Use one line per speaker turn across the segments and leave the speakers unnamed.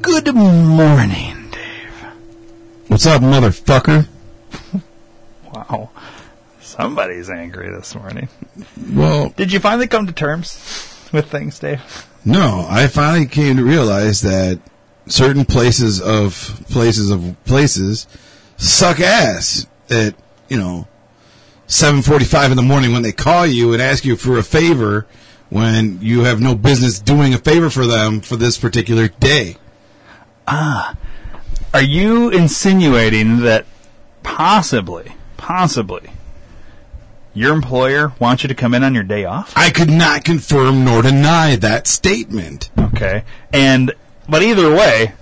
Good morning, Dave.
What's up, motherfucker?
Wow. Somebody's angry this morning.
Well,
Did you finally come to terms with things, Dave?
no, I finally came to realize that certain places of places of places suck ass at, you know, 7:45 in the morning when they call you and ask you for a favor when you have no business doing a favor for them for this particular day.
Are you insinuating that possibly, possibly, your employer wants you to come in on your day off?
I could not confirm nor deny that statement.
Okay. And, but either way,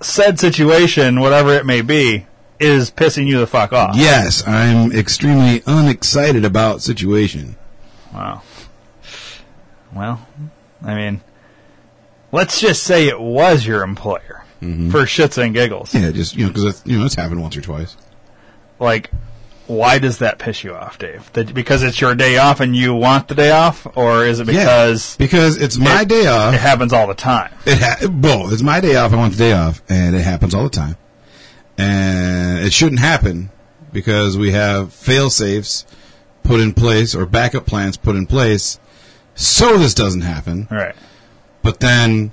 said situation, whatever it may be, is pissing you the fuck off.
Yes, I'm extremely unexcited about situation.
Wow. Well, I mean, let's just say it was your employer for shits and giggles.
Yeah, just you know, because you know it's happened once or twice.
Like, why does that piss you off, Dave? That, because it's your day off and you want the day off, or is it because
yeah, because it's my
it-
day
it
off.
happens all the time?
It ha- well, it's my day off. I want the day off, and it happens all the time. And it shouldn't happen because we have fail safes put in place or backup plans put in place, so this doesn't happen.
All right,
But then,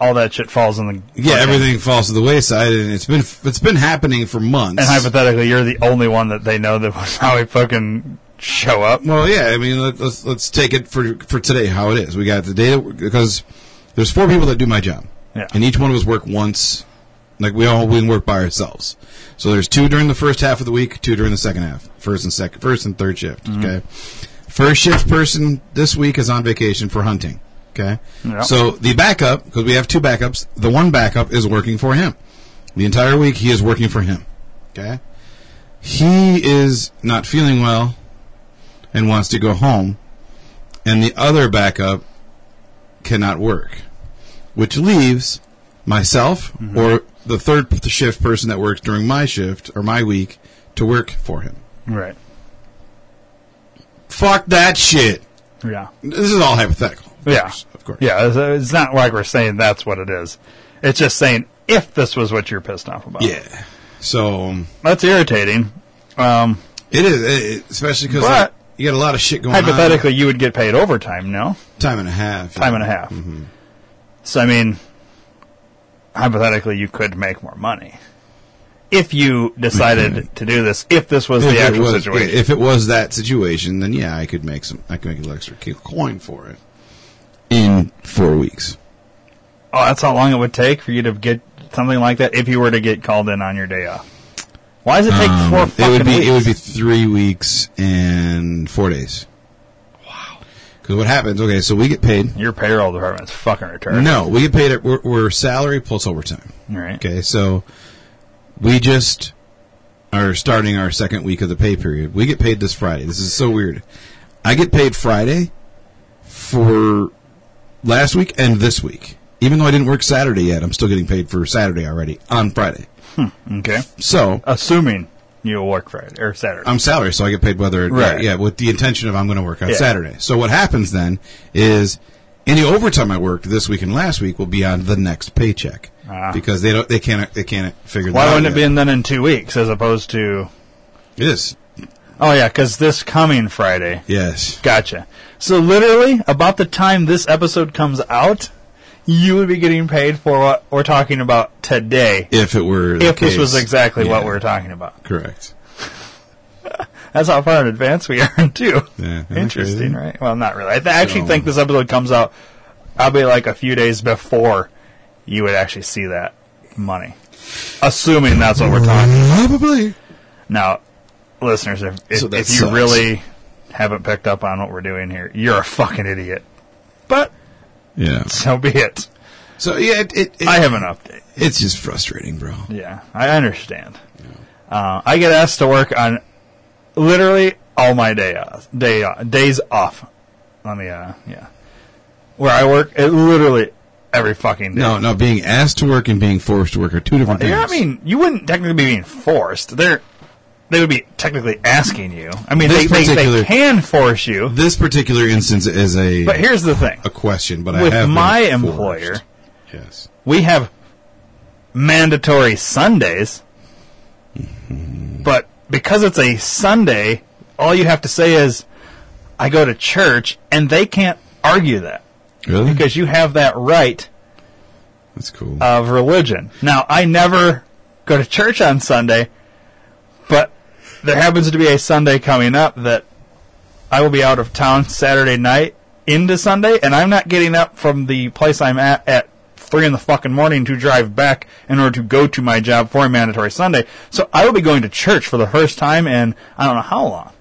all that shit falls in the
yeah,
okay.
everything falls to the wayside, and it's been it's been happening for months.
And hypothetically, you're the only one that they know that was how we fucking show up.
Well, yeah. I mean, let, let's let's take it for for today how it is. We got the data because there's four people that do my job,
Yeah.
and each one of us work once. Like we all we work by ourselves. So there's two during the first half of the week, two during the second half, first and second, first and third shift.
Mm-hmm.
Okay. First shift person this week is on vacation for hunting. Okay.
Yeah.
So the backup because we have two backups. The one backup is working for him. The entire week he is working for him. Okay. He is not feeling well and wants to go home, and the other backup cannot work, which leaves myself
Mm-hmm.
or the third p- shift person that works during my shift or my week to work for him.
Right.
Fuck that shit.
Yeah.
This is all hypothetical. Of
Yeah,
course, of course.
Yeah, it's, it's not like we're saying that's what it is. It's just saying if this was what you're pissed off about.
Yeah. So um,
that's irritating. Um,
it is, it, it- especially because
But-
you got a lot of shit going on.
hypothetically, you would get paid overtime. No,
Time and a half.
time and a half.
Mm-hmm.
So I mean, hypothetically, you could make more money if you decided to do this. If this was
If
the
it
actual
was-
situation.
If it was that situation, then yeah, I could make some. I could make a little extra ki- coin for it in four weeks.
oh, that's how long it would take for you to get something like that if you were to get called in on your day off. Why does it take
Um,
four
it
fucking
would be
weeks?
it would be three weeks and four days. Wow. Because what happens? Okay, so we get paid.
your payroll department's fucking retarded.
No, we get paid. At, we're, we're salary plus overtime.
All right.
Okay, so we just are starting our second week of the pay period. We get paid this Friday. This is so weird. I get paid Friday for last week and this week. Even though I didn't work Saturday yet, I'm still getting paid for Saturday already on Friday.
Okay.
So
Assuming you'll work Friday or Saturday.
I'm salary, so I get paid whether
Right.
yeah, with the intention of I'm going to work on
Yeah.
Saturday. So what happens then is any overtime I worked this week and last week will be on the next paycheck
Ah.
because they don't they can't they can't figure.
Why
that
wouldn't
out
it be in then in two weeks as opposed to?
be? It is
Oh yeah, because this coming Friday.
yes.
Gotcha. So literally, about the time this episode comes out, you would be getting paid for what we're talking about today.
If it were the
If this was
case.
exactly what
Yeah,
we were talking about,
correct.
that's how far in advance we are too.
Yeah, isn't that
Interesting,
crazy?
right? Well, not really. I th- actually
So-
think this episode comes out. I'll be like a few days before you would actually see that money, assuming that's what we're talking.
Mm-hmm. Probably.
Now, listeners, if, if,
So that
if you
sucks.
really haven't picked up on what we're doing here, you're a fucking idiot. But
Yeah.
so be it.
So yeah, it, it, it-
I have an update.
it's just frustrating, bro.
Yeah, I understand. Uh, I get asked to work on literally all my day off, day off, days off. On the uh, yeah, where I work, it literally every fucking day.
No, no, being asked to work and being forced to work are two different
Yeah, I
things.
mean, you wouldn't technically be being forced. They're they would be technically asking you. I mean, they,
This
they, they
particular-
can force you.
this particular instance is a
But here's the thing.
a question, but I
with
have been
my
forced.
employer,
Yes.
we have mandatory Sundays. But because it's a Sunday, all you have to say is, I go to church, and they can't argue that
Really?
because you have that right
That's cool. Uh,
of religion. Now, I never go to church on Sunday, but there happens to be a Sunday coming up that I will be out of town Saturday night into Sunday, and I'm not getting up from the place I'm at at three in the fucking morning to drive back in order to go to my job for a mandatory Sunday. So I will be going to church for the first time in I don't know how long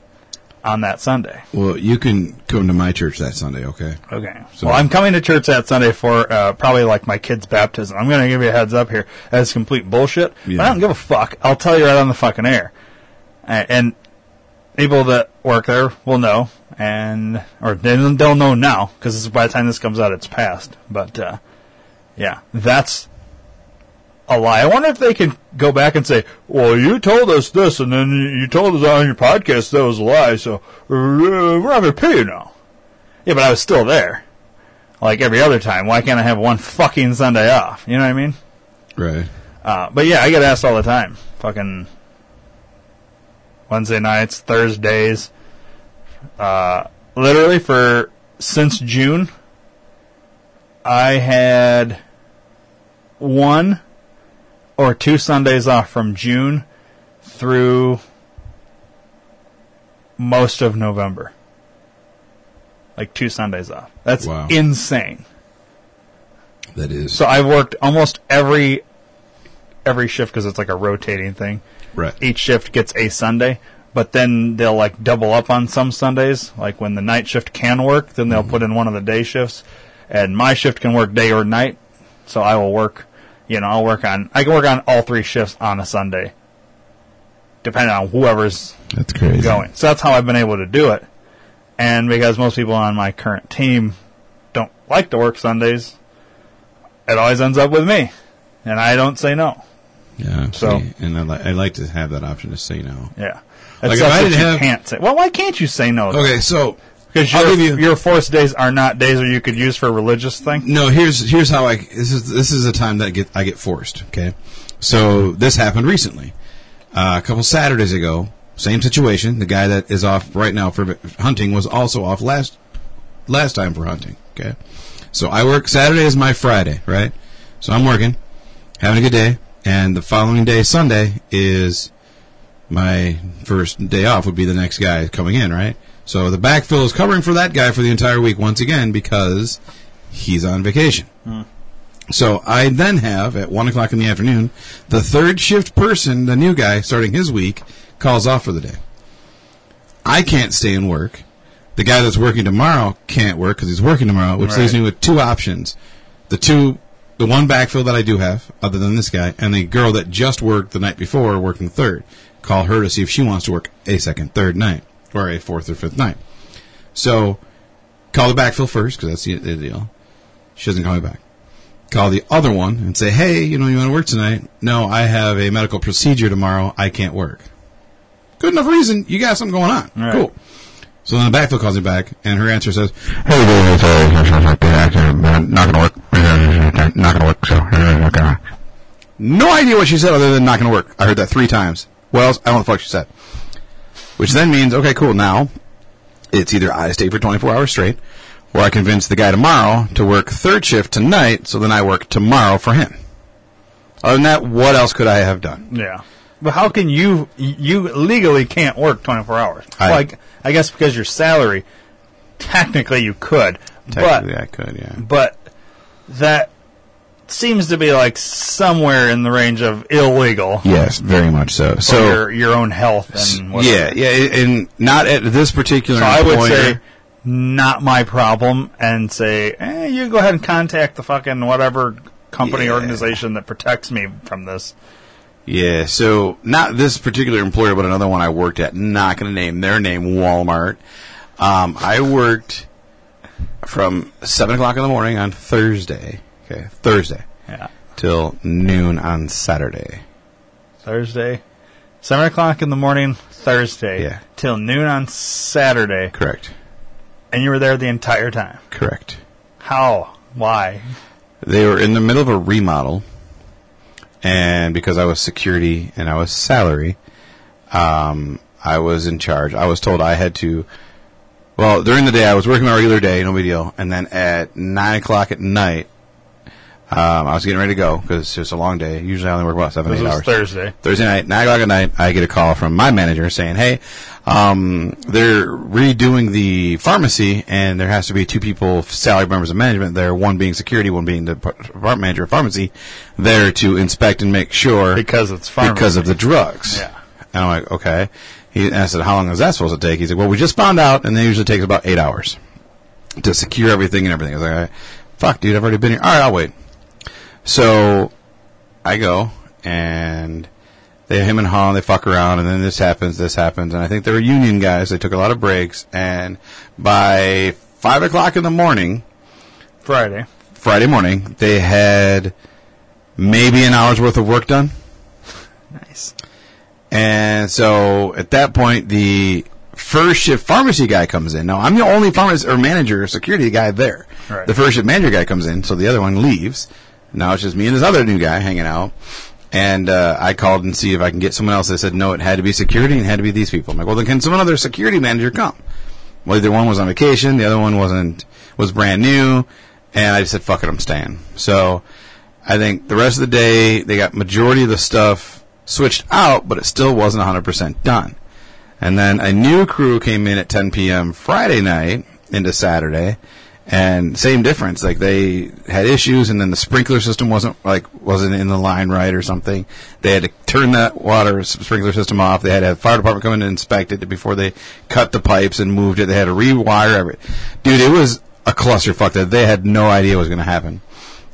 on that Sunday.
well, you can come to my church that Sunday, okay?
Okay. well, I'm coming to church that Sunday for uh, probably like my kid's baptism. I'm going to give you a heads up here. That's complete bullshit. But I
Yeah.
don't give a fuck. I'll tell you right on the fucking air. A- And people that work there will know, and or they- they'll know now because by the time this comes out, it's past. But uh, yeah, that's a lie. I wonder if they can go back and say, "Well, you told us this, and then you- you told us on your podcast that was a lie, so uh, we're not going to pay you now." Yeah, but I was still there, like every other time. Why can't I have one fucking Sunday off? You know what I mean?
Right.
Uh, but yeah, I get asked all the time. Fucking Wednesday nights, Thursdays. Uh, literally for since June, I had one or two Sundays off from June through most of November. Like two Sundays off. That's
Wow.
insane.
That is.
So I've worked almost every every shift because it's like a rotating thing.
right.
Each shift gets a Sunday, but then they'll like double up on some Sundays. Like when the night shift can work, then they'll put in one of the day shifts, and my shift can work day or night. So I will work, you know, I'll work on I can work on all three shifts on a Sunday, depending on whoever's
That's crazy.
going. So that's how I've been able to do it. And because most people on my current team don't like to work Sundays, it always ends up with me. And I don't say no.
Yeah.
So-
So, and I, li- I like to have that option to say no.
Yeah.
Like,
It's
if I
something
didn't
you
have-
can't say. Well, why can't you say no?
Okay, so
Because
I'll
your,
give you-
your forced days are not days that you could use for a religious thing.
no, here's here's how I this is this is a time that I get I get forced. Okay, so this happened recently, uh, a couple Saturdays ago. Same situation. The guy that is off right now for hunting was also off last last time for hunting. Okay, so I work Saturday is my Friday, right? So I'm working, having a good day, and the following day, Sunday, is my first day off. Would be the next guy coming in, right? So the backfill is covering for that guy for the entire week once again because he's on vacation. So I then have at one o'clock in the afternoon the third shift person, the new guy starting his week, calls off for the day. I can't stay and work. The guy that's working tomorrow can't work because he's working tomorrow, which leaves
Right.
me with two options: the two, the one backfill that I do have, other than this guy, and the girl that just worked the night before, working third. Call her to see if she wants to work a second, third night, or a fourth or fifth night. So call the backfill first because that's the, the deal. She doesn't call me back. Call the other one and say, "Hey, you know, you want to work tonight? No, I have a medical procedure tomorrow. I can't work." Good enough reason. You got something going on.
Right.
Cool. So then the backfill calls me back, and her answer says,
Hey, dude, it's, uh, it's, uh, not gonna work. Not gonna work, so, not gonna.
No idea what she said other than not going to work. I heard that three times. What else? I don't know what the fuck she said. Which then means, okay, cool. Now it's either I stay for 24 hours straight or I convince the guy tomorrow to work third shift tonight so then I work tomorrow for him. Other than that, what else could I have done?
Yeah. But how can you, you legally can't work 24 hours?
I-
like, I guess because your salary, technically you could. but
I could, yeah.
but that seems to be like somewhere in the range of illegal
Yes, very much so.
for
So,
your, your own health and whatever.
yeah, yeah, and not at this particular
So I would
employer.
say not my problem, and say eh, you go ahead and contact the fucking whatever company
Yeah.
organization that protects me from this.
Yeah, so not this particular employer, but another one I worked at. Not going to name their name, Walmart. Um, I worked from 7 o'clock in the morning on Thursday, okay, Thursday,
Yeah,
till noon on Saturday.
Thursday, seven o'clock in the morning, Thursday,
Yeah.
till noon on Saturday,
Correct.
and you were there the entire time.
Correct.
How? Why?
They were in the middle of a remodel. and because I was security and I was salary, um, I was in charge. I was told I had to. Well, during the day I was working my regular day, no big deal, and then at nine o'clock at night, um, I was getting ready to go because it's just a long day. Usually I only work about seven,
This
eight
was
hours.
Thursday.
Thursday night, nine o'clock at night, I get a call from my manager saying, "Hey, um, they're redoing the pharmacy, and there has to be two people, salaried members of management there. One being security, one being the par- department manager of pharmacy, there to inspect and make sure
Because it's farm.
because of the drugs."
Yeah.
And I'm like, "Okay." He and I said, "How long is that supposed to take?" He's like, "Well, we just found out, and they usually takes about eight hours to secure everything and everything." I was like, "All right. "Fuck, dude, I've already been here. All right, I'll wait." So I go and they him and Han they fuck around and then this happens, this happens, and I think they were union guys. They took a lot of breaks and by five o'clock in the morning,
Friday.
Friday morning, they had maybe an hour's worth of work done.
Nice.
And so at that point, the first shift pharmacy guy comes in. Now I'm the only pharmacist or manager or security guy there.
Right.
The first shift manager guy comes in, so the other one leaves. Now it's just me and this other new guy hanging out. And uh, I called and see if I can get someone else. They said no, it had to be security and it had to be these people. I'm like, well, then can some other security manager come? Well, either one was on vacation, the other one wasn't was brand new, and I just said, "Fuck it, I'm staying." So I think the rest of the day they got majority of the stuff switched out, but it still wasn't 100% done. And then a new crew came in at 10 p.m. Friday night into Saturday, and same difference. Like they had issues, and then the sprinkler system wasn't like wasn't in the line right or something. They had to turn that water s- sprinkler system off. They had to have fire department come in and inspect it before they cut the pipes and moved it. They had to rewire everything. Dude, it was a clusterfuck that they had no idea was going to happen.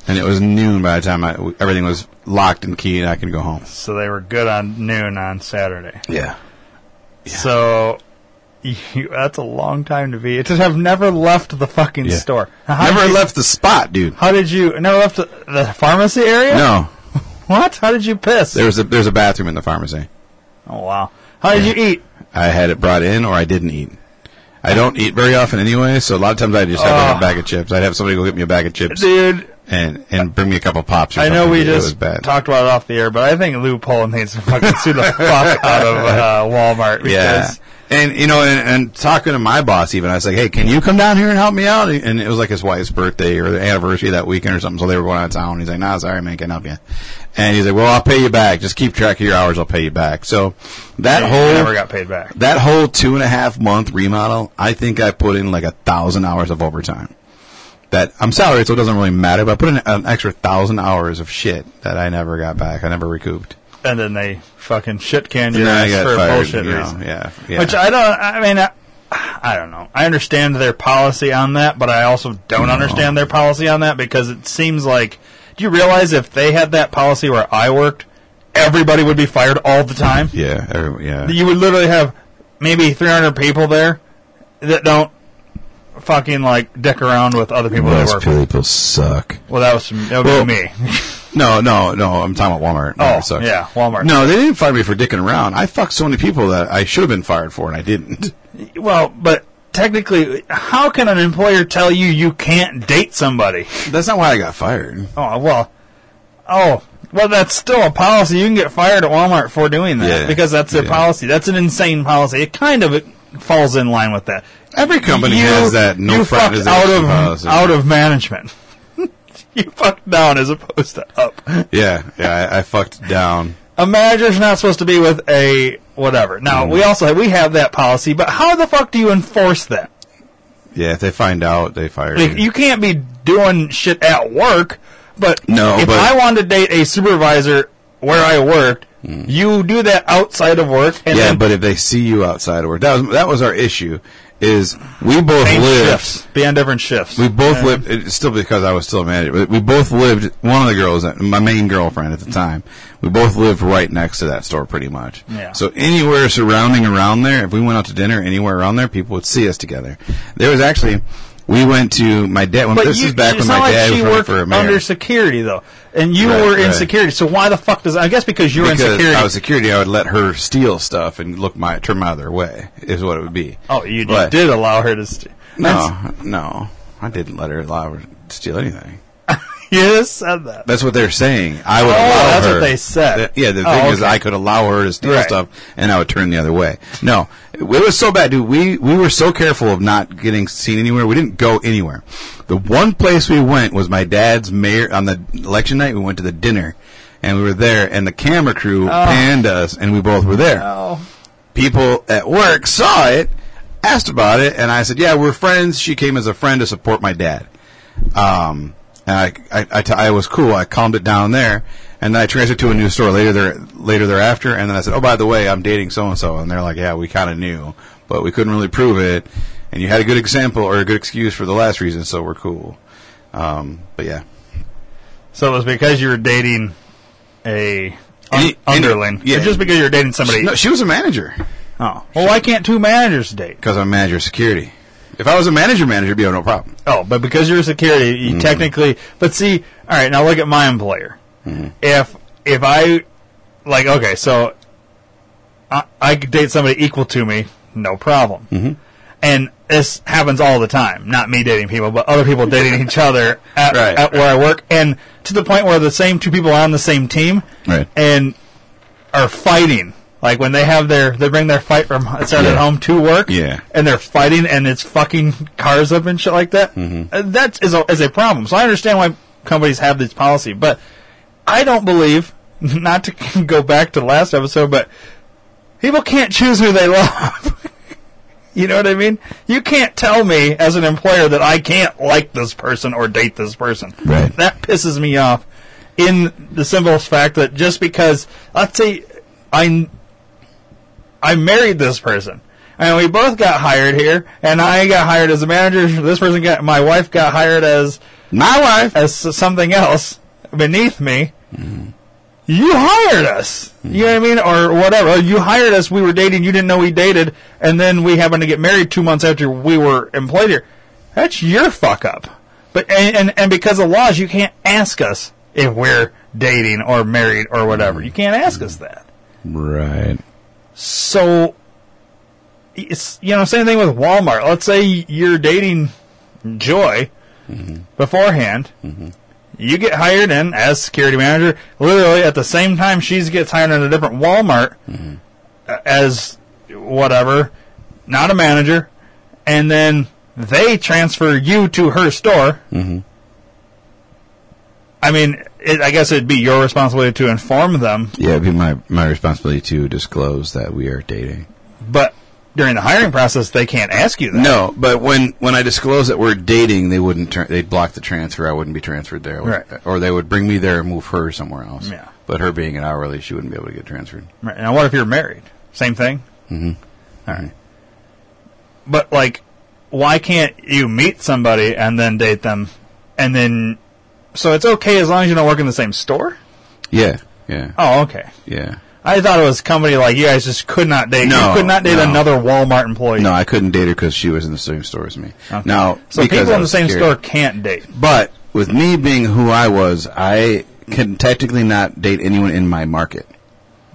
And it was noon by the time I, everything was locked and keyed. and I could go home.
So they were good on noon on Saturday.
Yeah.
So you, that's a long time to be. To have never left the fucking
Yeah.
store. How
Never
did,
left the spot, dude.
How did you never left the, the pharmacy area?
No,
What? How did you piss?
there's a there's a bathroom in the pharmacy.
oh wow. How did you eat?
I had it brought in, or I didn't eat. I don't eat very often anyway, so a lot of times I just have like,
Oh.
a bag of chips. I'd have somebody go get me a bag of chips
Dude,
and and bring me a couple pops. Or
I know
something.
we
It was
just
bad.
talked about it off the air, but I think loophole needs to fucking sue the fuck out of uh, Walmart
yeah.
because
And you know, and, and talking to my boss, even I was like, "Hey, can you come down here and help me out?" And it was like his wife's birthday or the anniversary that weekend or something, so they were going out of town. He's like, "Nah, sorry, man, can't help you." And he's like, "Well, I'll pay you back. Just keep track of your hours. I'll pay you back." So that
they
whole
never got paid back.
that whole two and a half month remodel, I think I put in like a thousand hours of overtime. That I'm salaried, so it doesn't really matter. But I put in an extra thousand hours of shit that I never got back. I never recouped.
And then they fucking shit canned
And
your
then I
ass
got
for
fired.
bullshit
you know,
reason.
Yeah, yeah.
Which I don't. I mean, I, I don't know. I understand their policy on that, but I also don't understand their policy on that because it seems like. Do you realize if they had that policy where I worked, everybody would be fired all the time?
yeah, every, yeah.
You would literally have maybe 300 people there that don't fucking like dick around with other people that work. with.
people suck.
Well, that was that would
Well,
be me.
No, no, no. I'm talking about Walmart.
Oh,
Walmart sucks.
yeah, Walmart.
No, they didn't fire me for dicking around. I fucked so many people that I should have been fired for, and I didn't.
Well, but technically, how can an employer tell you you can't date somebody?
That's not why I got fired.
Oh well. Oh well, that's still a policy. You can get fired at Walmart for doing that
Yeah,
because that's their
yeah.
policy. That's an insane policy. It kind of it falls in line with that.
Every company has that no
you fucked
fraternization
out of
policy.
out of management. you fucked down as opposed to up.
Yeah, yeah. I, I fucked down.
A manager's not supposed to be with a whatever.
Mm.
Now we also we have that policy, but how the fuck do you enforce that?
Yeah, if they find out, they fire
Like,
you.
you can't be doing shit at work. But
No,
if
but-
I wanted to date a supervisor where I worked, you do that outside of work. And
Hmm. yeah,
then
but if they see you outside of work, that was that was our issue. Is we both
same
lived.
shifts, be on different shifts.
We both lived. It's still because I was still a manager. but We both lived. One of the girls, my main girlfriend at the time, we both lived right next to that store, pretty much.
Yeah.
So anywhere surrounding around there, if we went out to dinner anywhere around there, people would see us together. There was actually, we went to my dad. When,
but
this
you,
is back
it's
when my
not like
dad
she
was running
worked
for a mayor.
under security though, and you
Right,
were in
right.
security. So why the fuck does I guess because you're in
because
security?
I was security, I would let her steal stuff and look my turn my other way. Is what it would be.
oh, you, you
But-
did allow her to. St-
No, no, I didn't let her allow her to steal anything.
you just said that.
That's what they're saying. I would
Oh,
allow
that's
her.
what they said.
That- yeah, the
Oh,
thing is,
okay.
I could allow her to steal
Right.
stuff, and I would turn the other way. No, it was so bad, dude. We we were so careful of not getting seen anywhere. We didn't go anywhere. The one place we went was my dad's mayor on the election night. We went to the dinner, and we were there, and the camera crew panned us, and we both were there
Oh.
people at work saw it, asked about it, and I said, "Yeah, we're friends." She came as a friend to support my dad. Um, and I, I, I, t- I was cool. I calmed it down there, and then I transferred to a new store later there, later thereafter. And then I said, "Oh, by the way, I'm dating so and so," and they're like, "Yeah, we kind of knew, but we couldn't really prove it." And you had a good example or a good excuse for the last reason, so we're cool. Um, but yeah,
So it was because you were dating a un-
Any- any-
underling.
yeah.
It's just because you were dating somebody.
no, she was a manager
oh. Well, why can't two managers date?
because I'm manager of security. If I was a manager, manager, it'd be no problem.
Oh, but because you're security,
Mm-hmm.
you technically. But see, all right, now look at my employer.
Mm-hmm.
If if I like, okay, so I, I could date somebody equal to me, no problem.
Mm-hmm.
And this happens all the time. Not me dating people, but other people dating each other at,
Right.
at where I work, and to the point where the same two people are on the same team
Right.
and are fighting. Like when they have their, they bring their fight from it started at
Yeah.
home to work
Yeah.
and they're fighting and it's fucking cars up and shit like that.
Mm-hmm.
Uh, That is a, is a problem. So I understand why companies have this policy, but I don't believe, not to go back to the last episode, but people can't choose who they love. you know what I mean? You can't tell me as an employer that I can't like this person or date this person.
Right.
That pisses me off in the simple fact that just because, let's say, I I married this person. And we both got hired here, and I got hired as a manager. This person got my wife got hired as
My wife.
as something else beneath me. You hired us. You know what I mean, or whatever. Oh, You hired us. We were dating. You didn't know we dated, and then we happened to get married two months after we were employed here. That's your fuck up. But and and, and because of laws, you can't ask us if we're dating or married or whatever. You can't ask us that.
Right.
So, it's you know same thing with Walmart. Let's say you're dating Joy beforehand. You get hired in as security manager. Literally at the same time, she gets hired in a different Walmart uh, as whatever, not a manager, and then they transfer you to her store. I mean, it, I guess it'd be your responsibility to inform them,
Yeah, it'd be my, my responsibility to disclose that we are dating.
but during the hiring process, they can't ask you that.
No, but when, when I disclose that we're dating, they wouldn't turn, they'd block the transfer. I wouldn't be transferred there.
Right.
Or they would bring me there and move her somewhere else.
Yeah.
But her being an hourly, she wouldn't be able to get transferred.
Right. Now, what if you're married? Same thing.
All right.
But like, why can't you meet somebody and then date them, and then? So it's okay as long as you don't work in the same store.
Yeah. Yeah.
Oh, okay.
Yeah.
I thought it was a company like you guys just could not date.
No,
you could not date
no.
another Walmart employee.
No, I couldn't date her because she was in the same store as me.
Okay.
Now,
so
because
people
I
in the
was
same
security-
store can't date.
But with me being who I was, I can technically not date anyone in my market.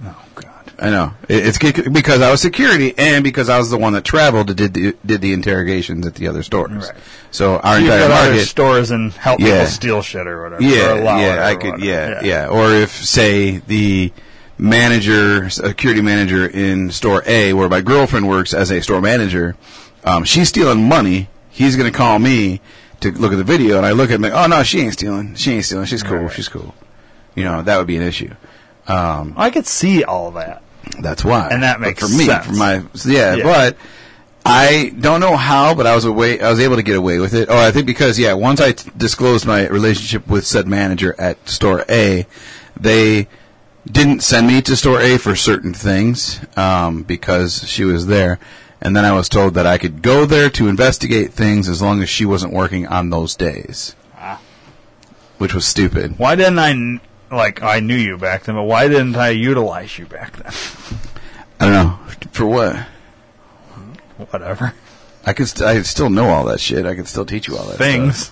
Oh God.
I know It- it's c- because I was security and because I was the one that traveled and did the did the interrogations at the other stores.
Right.
So our
You
entire
go to other
market.
stores and help
Yeah.
people steal shit or whatever.
Yeah,
or allow it
yeah,
or
I could,
whatever.
yeah, yeah, Or if say the manager, security manager in store A, where my girlfriend works as a store manager, um, she's stealing money. He's gonna call me to look at the video, and I look at him like, oh no, she ain't stealing. She ain't stealing. She's cool.
Right.
She's cool. You know that would be an issue.
I could see all that.
That's why.
And that
But
makes
for me,
sense.
for my yeah,
Yeah.
But I don't know how, but I was away. I was able to get away with it. Oh, I think because yeah, once I t- disclosed my relationship with said manager at store A, they didn't send me to store A for certain things um, because she was there. And then I was told that I could go there to investigate things as long as she wasn't working on those days,
Ah.
which was stupid.
Why didn't I kn- like I knew you back then? But why didn't I utilize you back then?
I don't know for what.
whatever
I could st- I still know all that shit. I could still teach you all that stuff.
things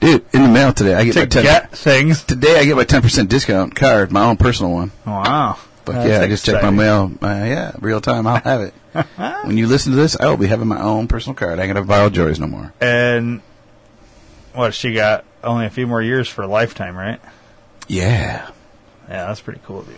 dude. In the mail today, I get
to
my 10,
get things.
today. I get my ten percent discount card, my own personal one.
Wow.
But
That's
yeah, I just checked my
exciting.
mail. Uh, yeah, real time. I'll have it. when you listen to this, I will be having my own personal card. I ain't gonna borrow Jory's no more.
And what she got only a few more years for a lifetime, right?
Yeah.
Yeah, that's pretty cool, dude.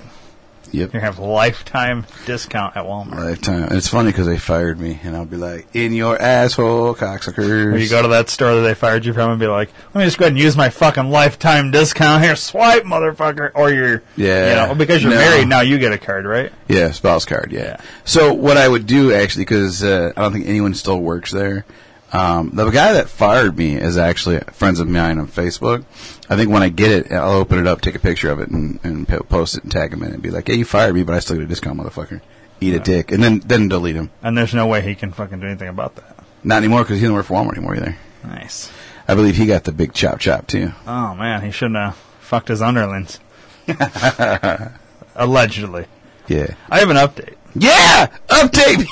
Yep.
You're gonna have lifetime discount at Walmart.
Lifetime. It's funny because they fired me, and I'll be like, "In your asshole, cocksuckers."
Or you go to that store that they fired you from and be like, "Let me just go ahead and use my fucking lifetime discount here, swipe, motherfucker." Or you're,
Yeah.
you know, because you're
No.
married now, you get a card, right?
Yeah, spouse card. Yeah.
Yeah.
So what I would do actually, because uh, I don't think anyone still works there. Um, the guy that fired me is actually friends of mine on Facebook. I think when I get it, I'll open it up, take a picture of it, and, and po- post it and tag him in it and be like, "Hey, you fired me, but I still get a discount, motherfucker. Eat a dick," and then then delete him.
And there's no way he can fucking do anything about that.
Not anymore because he doesn't work for Walmart anymore either.
Nice.
I believe he got the big chop chop too.
Oh man, he shouldn't have fucked his underlings. Allegedly,
Yeah.
I have an update.
Yeah. Update. me!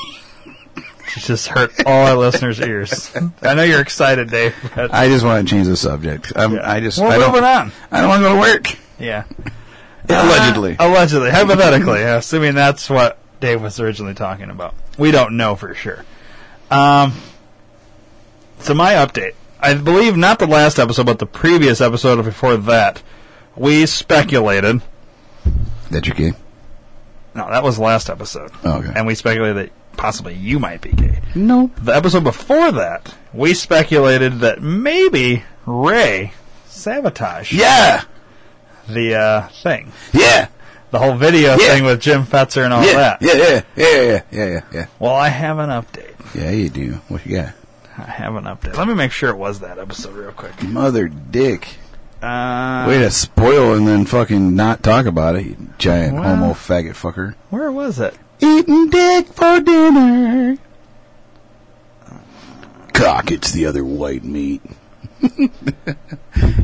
It just hurt all our listeners' ears. I know you're excited, Dave. But
I just want to change the subject. i I just.
we're
I don't,
moving on.
I don't want to go to work.
Yeah,
Allegedly.
Uh, allegedly, hypothetically, assuming that's what Dave was originally talking about. We don't know for sure. Um, so my update, I believe not the last episode, but the previous episode before that, we speculated.
that you're gay.
No, that was the last episode.
Oh, okay.
And we speculated that possibly you might be gay.
Nope.
The episode before that, we speculated that maybe Ray sabotaged
Yeah.
the uh, thing,
Yeah.
the whole video
Yeah.
thing with Jim Fetzer and all
Yeah.
that.
Yeah. Yeah. Yeah. Yeah. Yeah. Yeah. Yeah.
Well, I have an update.
Yeah. You do. What you got?
I have an update. Let me make sure it was that episode real quick.
Mother dick.
Uh,
Way to spoil and then fucking not talk about it, you giant
Well.
homo faggot fucker.
where was it?
Eating dick for dinner. Cock, it's the other white meat.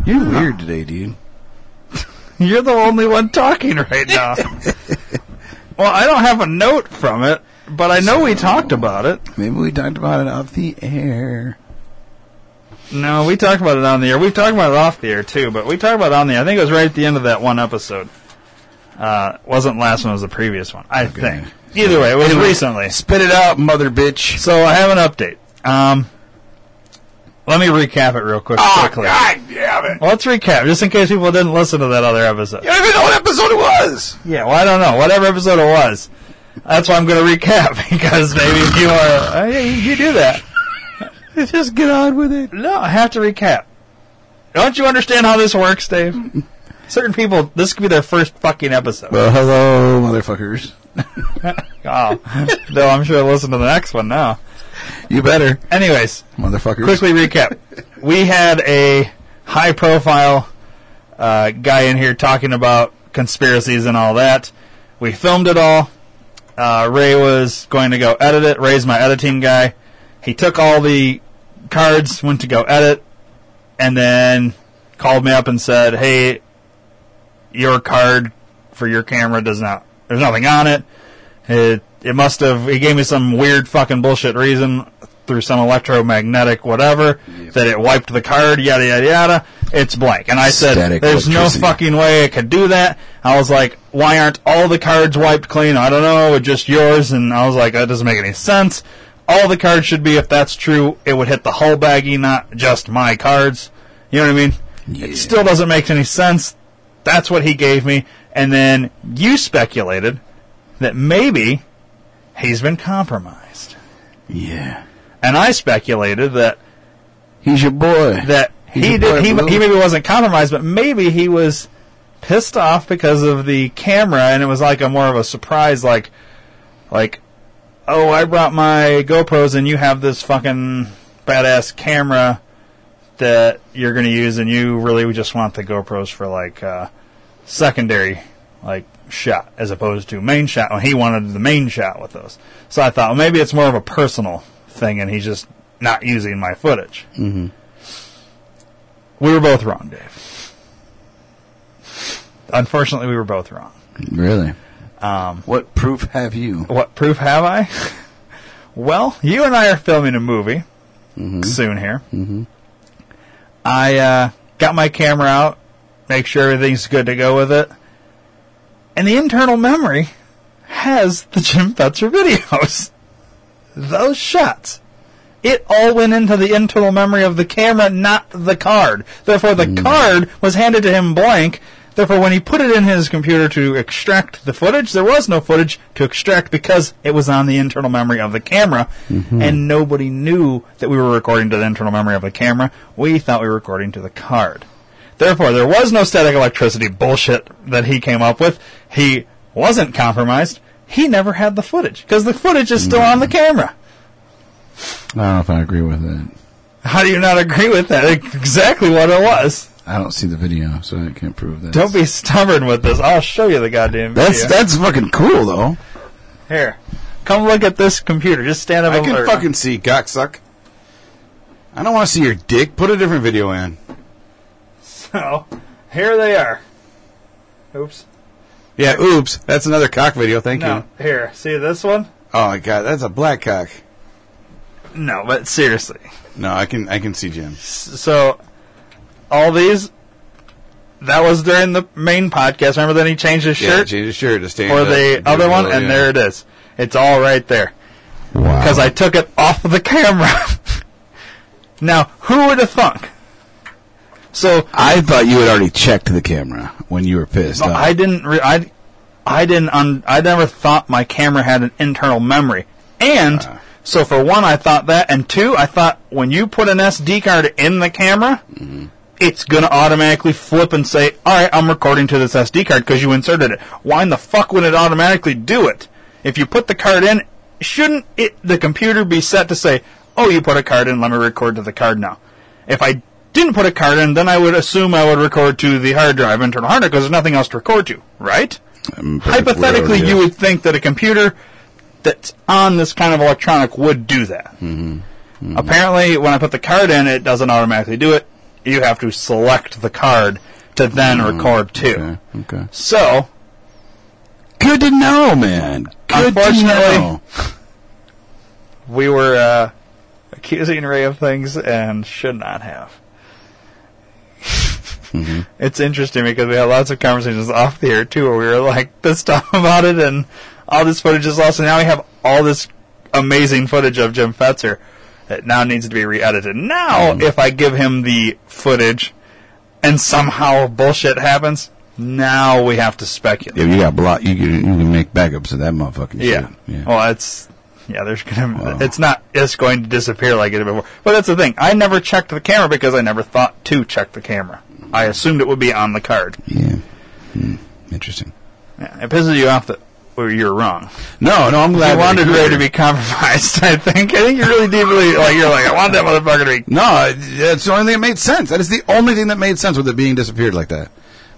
You're weird today, dude.
You're the only one talking right now. well, I don't have a note from it, but I know we talked about it.
Maybe we talked about it off the air.
No, we talked about it on the air. We've talked about it off the air too, but we talked about it on the air. I think it was right at the end of that one episode. Uh, wasn't last one; it was the previous one, I think. Either way, it was recently.
Spit it out, mother bitch.
So I have an update. Um, let me recap it real quick.
Oh,
quickly.
damn Ah, it.
Well, let's recap, just in case people didn't listen to that other episode.
don't even know what episode it was.
Yeah, well, I don't know. Whatever episode it was, that's why I'm going to recap because maybe if you are, uh, yeah, you- you do that.
Just get on with it.
No, I have to recap. Don't you understand how this works, Dave? Certain people, this could be their first fucking episode.
Well, hello, motherfuckers.
Oh, though I'm sure they'll listen to the next one now.
You better,
Anyways,
motherfuckers.
quickly recap. We had a high profile uh, guy in here talking about conspiracies and all that. We filmed it all. Uh, Ray was going to go edit it. Ray's my editing guy. He took all the cards, went to go edit, and then called me up and said, "Hey, your card for your camera does not. There's nothing on it. It it must have. He gave me some weird fucking bullshit reason through some electromagnetic whatever that it wiped the card. Yada yada yada. It's blank. And I said,
Static
"There's no
electricity.
fucking way it could do that." I was like, "Why aren't all the cards wiped clean? I don't know. It's just yours." And I was like, "That doesn't make any sense." All the cards should be, if that's true, it would hit the whole baggie, not just my cards. You know what I mean?
Yeah.
It still doesn't make any sense. That's what he gave me. And then you speculated that maybe he's been compromised.
Yeah,
And I speculated that
he's your boy.
that
He's
he
a
did,
boy
he,
blue.
he maybe wasn't compromised, but maybe he was pissed off because of the camera, and it was like a more of a surprise, like like oh, I brought my GoPros, and you have this fucking badass camera that you're gonna use, and you really just want the GoPros for like uh, secondary like shot as opposed to main shot. When he wanted the main shot with those, so I thought well, maybe it's more of a personal thing, and he's just not using my footage. We were both wrong, Dave. Unfortunately, we were both wrong.
really?
Um,
What proof have you?
what proof have I? well, you and I are filming a movie soon here. Mm-hmm. I uh, got my camera out, make sure everything's good to go with it, and the internal memory has the Jim Fetzer videos. Those shots It all went into the internal memory of the camera, not the card. Therefore, the card was handed to him blank. Therefore, when he put it in his computer to extract the footage, there was no footage to extract because it was on the internal memory of the camera, and nobody knew that we were recording to the internal memory of the camera. We thought we were recording to the card. Therefore, there was no static electricity bullshit that he came up with. He wasn't compromised. He never had the footage because the footage is still on the camera.
I don't know if I agree with that.
How do you not agree with that? It's exactly what it was.
I don't see the video, so I can't prove that.
Don't be stubborn with this. I'll show you the goddamn video.
That's that's fucking cool though.
Here, come look at this computer. Just stand up.
I
and
can
learn.
fucking see cocksuck. I don't want to see your dick. Put a different video in.
So, here they are. Oops.
Yeah, oops. That's another cock video. Thank you.
No, here. See this one?
Oh my god, that's a black cock.
No, but seriously.
No, I can I can see Jim.
so all these that was during the main podcast remember then he changed his
Yeah,
shirt
change his shirt to stand
for
up. Do
the other
the
one
little- yeah.
and there it is it's all right there
Wow.
because i took it off of the camera now who would have thunk so
I thought you had already checked the camera when you were pissed. off.
I didn't. Re- I, I didn't. Un- I never thought my camera had an internal memory. And
Uh.
so, for one, I thought that, and two, I thought when you put an SD card in the camera, it's gonna automatically flip and say, "All right, I'm recording to this SD card because you inserted it." Why in the fuck would it automatically do it? If you put the card in, shouldn't it the computer be set to say, "Oh, you put a card in. Let me record to the card now." If I didn't put a card in, then I would assume I would record to the hard drive, internal hard drive, because there's nothing else to record to, right?
I'm pretty-
Hypothetically,
whatever,
you
yeah.
would think that a computer that's on this kind of electronic would do that.
Mm-hmm.
Apparently, when I put the card in, it doesn't automatically do it. You have to select the card to then record to.
Mm-hmm. Okay. okay.
So,
Good to know, man. Good to
Unfortunately-
know.
we were uh, accusing Ray of things and should not have. It's interesting because we had lots of conversations off the air too, where we were like pissed off about it, and all this footage is lost, and now we have all this amazing footage of Jim Fetzer that now needs to be re-edited. Now, if I give him the footage, and somehow bullshit happens, now we have to speculate.
If you got block, you can you can make backups of that motherfucking
Yeah. Oh.
shit. Yeah.
Well, it's yeah. There's gonna.
Wow.
It's not. It's going to disappear like it did before. But that's the thing. I never checked the camera because I never thought to check the camera. I assumed it would be on the card.
yeah. Hmm. Interesting.
Yeah, it pisses you off that well, you're wrong.
No, no, I'm glad.
I
that
wanted
you're
Ray to
here.
be compromised. I think. I think you really deeply like you're like I want that motherfucker to be.
No, that's the only thing that made sense. That is the only thing that made sense with it being disappeared like that.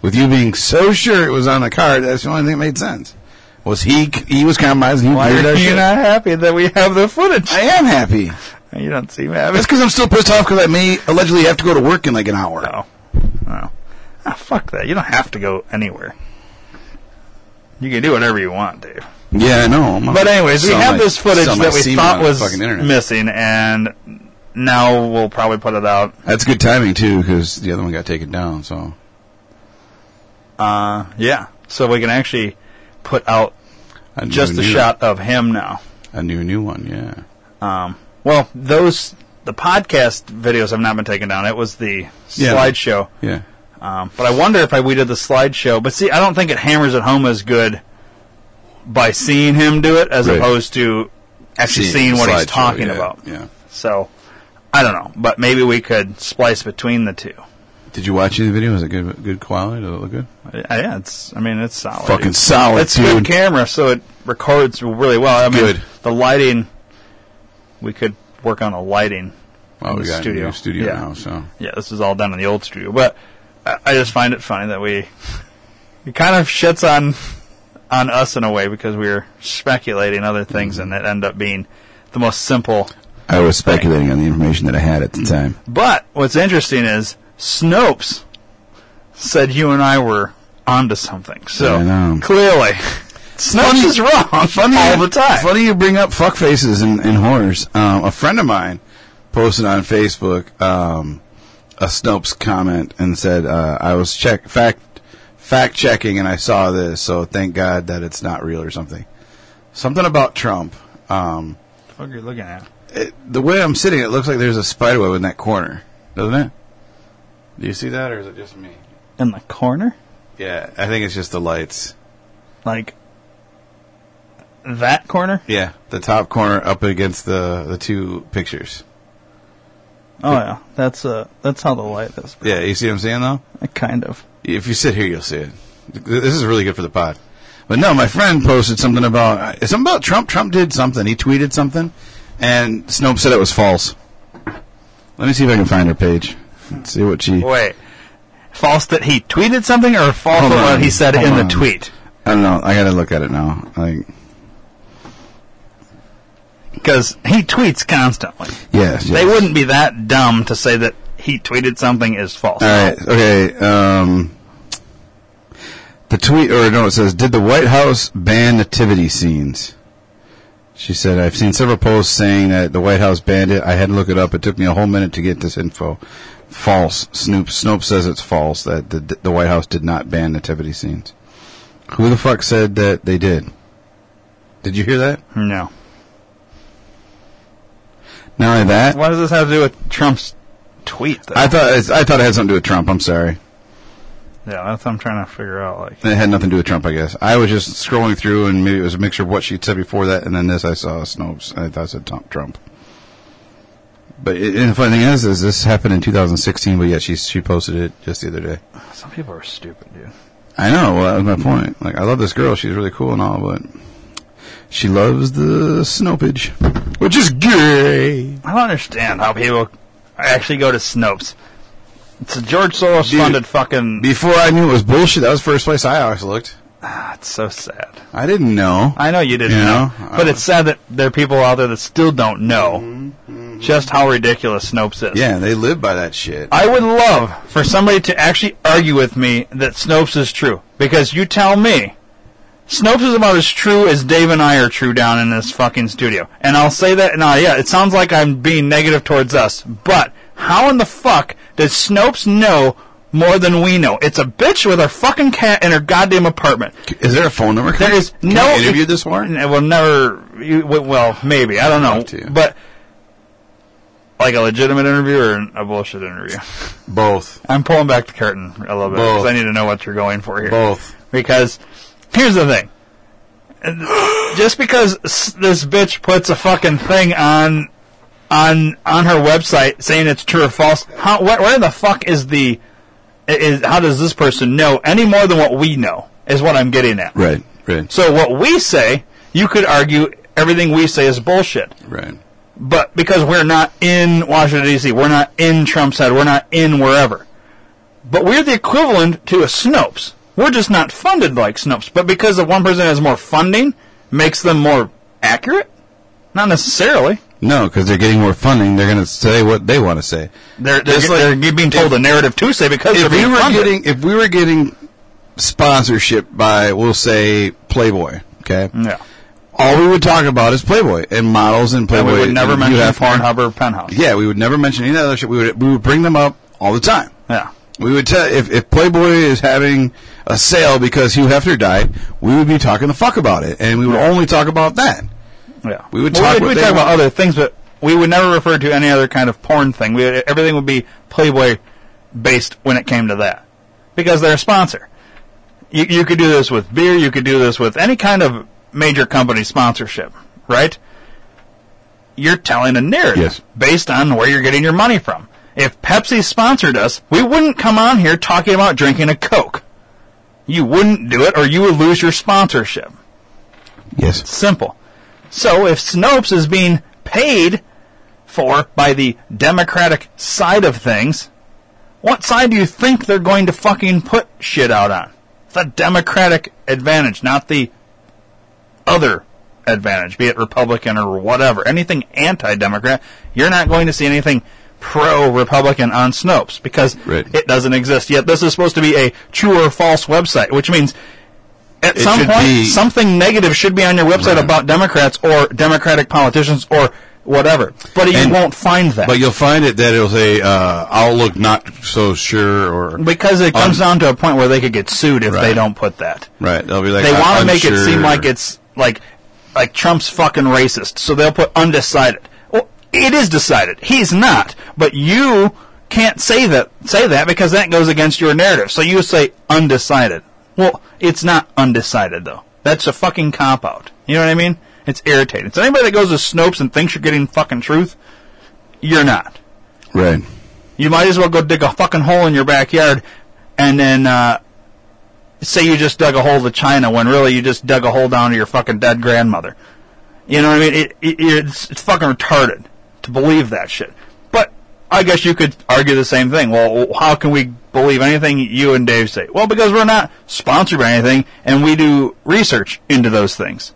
With you being so sure it was on the card, that's the only thing that made sense. Was he? He was compromised. and He
Why
weird
are
as
you
shit.
not happy that we have the footage?
I am happy.
you don't seem happy.
That's because I'm still pissed off because I may allegedly have to go to work in like an hour.
No. No. oh, Ah, fuck that. You don't have to go anywhere. You can do whatever you want, Dave.
Yeah, I know. I'm-
But anyways, we
sell
have
my-
this footage
sell my
that we
semen
thought
on the
was
fucking internet.
missing, and now we'll probably put it out.
That's good timing too because the other one got taken down. So
Uh, yeah, so we can actually put out
I knew
just
a
the
new-
shot of him now.
I knew a new one. Yeah.
Um, well, those the podcast videos have not been taken down. It was the
Yeah.
slideshow.
Yeah.
Um, but I wonder if I we did the slideshow. But see, I don't think it hammers at home as good by seeing him do it as
Right.
opposed to actually seeing what he's
slideshow,
talking
yeah,
about.
Yeah.
So I don't know, but maybe we could splice between the two.
Did you watch any of the video? Was it good? Good quality? Did it look good?
Uh, Yeah, it's. I mean, it's solid.
Fucking
It's-
solid,
It's a good
dude.
camera, so it records really well. I mean,
Good.
the lighting. We could work on a lighting.
Well, we got
Studio.
a new studio
Yeah.
now, so
Yeah, this is all done in the old studio, but I, I just find it funny that we. It kind of shits on, on us in a way because we were speculating other things and it ended up being the most simple
I was speculating on the information that I had at the time.
But what's interesting is Snopes said you and I were onto something. So
I know.
clearly, Snopes is wrong all the time.
Funny you bring up fuck faces and, and horrors. Um, a friend of mine posted on Facebook um, a Snopes comment and said, uh, "I was check fact fact checking and I saw this, so thank God that it's not real or something." Something about Trump. Um,
What are you looking at?
it, the way I'm sitting, it looks like there's a spider web in that corner, doesn't it? Do you see that, or is it just me?
in the corner,
Yeah, I think it's just the lights.
like that corner.
Yeah, the top corner up against the the two pictures.
Oh yeah, that's uh that's how the light is.
Yeah, you see what I'm saying though?
Kind of.
If you sit here, you'll see it. Th- This is really good for the pod. But no, my friend posted something about uh, something about Trump. Trump did something. He tweeted something, and Snopes said it was false. Let me see if I can find her page. Let's see what she.
Wait, false that he tweeted something, or false
Hold
that
on,
what he said
hold
in
on.
the tweet?
I don't know. I gotta look at it now. Like,
Because he tweets constantly.
yes, yes.
They wouldn't be that dumb to say that he tweeted something is false.
All right. Okay. Um, the tweet, or no, it says, "Did the White House ban nativity scenes?" She said, "I've seen several posts saying that the White House banned it. I had to look it up. It took me a whole minute to get this info. False. Snoop. Snoop says it's false that the the White House did not ban nativity scenes. Who the fuck said that they did? Did you hear that?
No.
Not only that,
What does this have to do with Trump's tweet? Though?
I thought it's, I thought it had something to do with Trump. I'm sorry."
yeah, that's what I'm trying to figure out. Like,
It had nothing to do with Trump, I guess. I was just scrolling through, and maybe it was a mixture of what she said before that, and then this I saw Snopes, and I thought it said Tom- Trump. But it, and the funny thing is, is this happened in 2016, but yet she she posted it just the other day.
some people are stupid, dude.
I know. Well, that was my point. Like, I love this girl; she's really cool and all, but she loves the snopage, which is gay.
I don't understand how people actually go to Snopes. It's a George Soros funded fucking.
Before I knew it was bullshit, that was the first place I always looked.
Ah, it's so sad.
I didn't know.
I know you didn't
You
know,
know,
but
I-
it's sad that there are people out there that still don't know just how ridiculous Snopes is.
Yeah, they live by that shit.
I would love for somebody to actually argue with me that Snopes is true. Because you tell me, Snopes is about as true as Dave and I are true down in this fucking studio. And I'll say that, now, yeah, it sounds like I'm being negative towards us, but how in the fuck does Snopes know more than we know? It's a bitch with her fucking cat in her goddamn apartment.
Is there a phone number?
There is
Can
no
I interview this one.
N- We'll never. You, w- well, maybe I don't
Love
know,
to.
but like a legitimate interview or an- a bullshit interview.
Both.
I'm pulling back the curtain a little bit because
Both.
I need to know what you're going for here.
Both.
Because here's the thing: And just because s- this bitch puts a fucking thing on on on her website saying it's true or false, how, wh- where the fuck is the is how does this person know any more than what we know? Is what I'm getting at.
Right. Right.
So what we say, you could argue everything we say is bullshit.
Right.
But because we're not in Washington D.C., we're not in Trump's head, we're not in wherever. But we're the equivalent to a Snopes. We're just not funded like Snopes. But because the one person has more funding, makes them more accurate. Not necessarily.
No, because they're getting more funding. They're going to say what they want to say.
They're they're,
Just like-
they're being told a narrative to say because they're
If we
being
were
funded.
getting, if we were getting sponsorship by, we'll say Playboy. Okay.
yeah,
All we would talk about is Playboy and models and
and
Playboy.
we would never
and
mention
UF.
Pornhub or Penthouse.
Yeah, we would never mention any of that other shit. We would we would bring them up all the time.
yeah.
We would tell if, if Playboy is having a sale because Hugh Hefner died, we would be talking the fuck about it, and we would only talk about that.
Yeah,
We would
Well,
talk
We'd,
what
we'd
they
talk about
want.
other things, but we would never refer to any other kind of porn thing. We would, everything would be Playboy based when it came to that because they're a sponsor. You, you could do this with beer. You could do this with any kind of major company sponsorship, right? You're telling a narrative
Yes.
based on where you're getting your money from. If Pepsi sponsored us, we wouldn't come on here talking about drinking a Coke. You wouldn't do it, or you would lose your sponsorship.
Yes.
Simple. So if Snopes is being paid for by the Democratic side of things, what side do you think they're going to fucking put shit out on? The Democratic advantage, not the other advantage, be it Republican or whatever. Anything anti Democrat, you're not going to see anything pro Republican on Snopes because
Right.
it doesn't exist yet. This is supposed to be a true or false website, which means at
It
some
should
point
be-
something negative should be on your website about Democrats or Democratic politicians or whatever. But you
And-
won't find that.
But you'll find it that it'll say uh, outlook not so sure or
because it comes down to a point where they could get sued if they
Right.
don't put that.
Right. They'll be like
They
"I'm
want to make it
unsure."
seem like it's like like Trump's fucking racist, so they'll put undecided. Well, it is decided. He's not, but you can't say that say that because that goes against your narrative. So you say undecided. Well, it's not undecided though. That's a fucking cop out. You know what I mean? It's irritating. So anybody that goes to Snopes and thinks you're getting fucking truth, you're not.
Right.
You might as well go dig a fucking hole in your backyard and then uh, say you just dug a hole to China when really you just dug a hole down to your fucking dead grandmother. You know what I mean? It, it, it's, it's fucking retarded to believe that shit. But I guess you could argue the same thing. Well, how can we believe anything you and Dave say? Well, because we're not sponsored by anything and we do research into those things.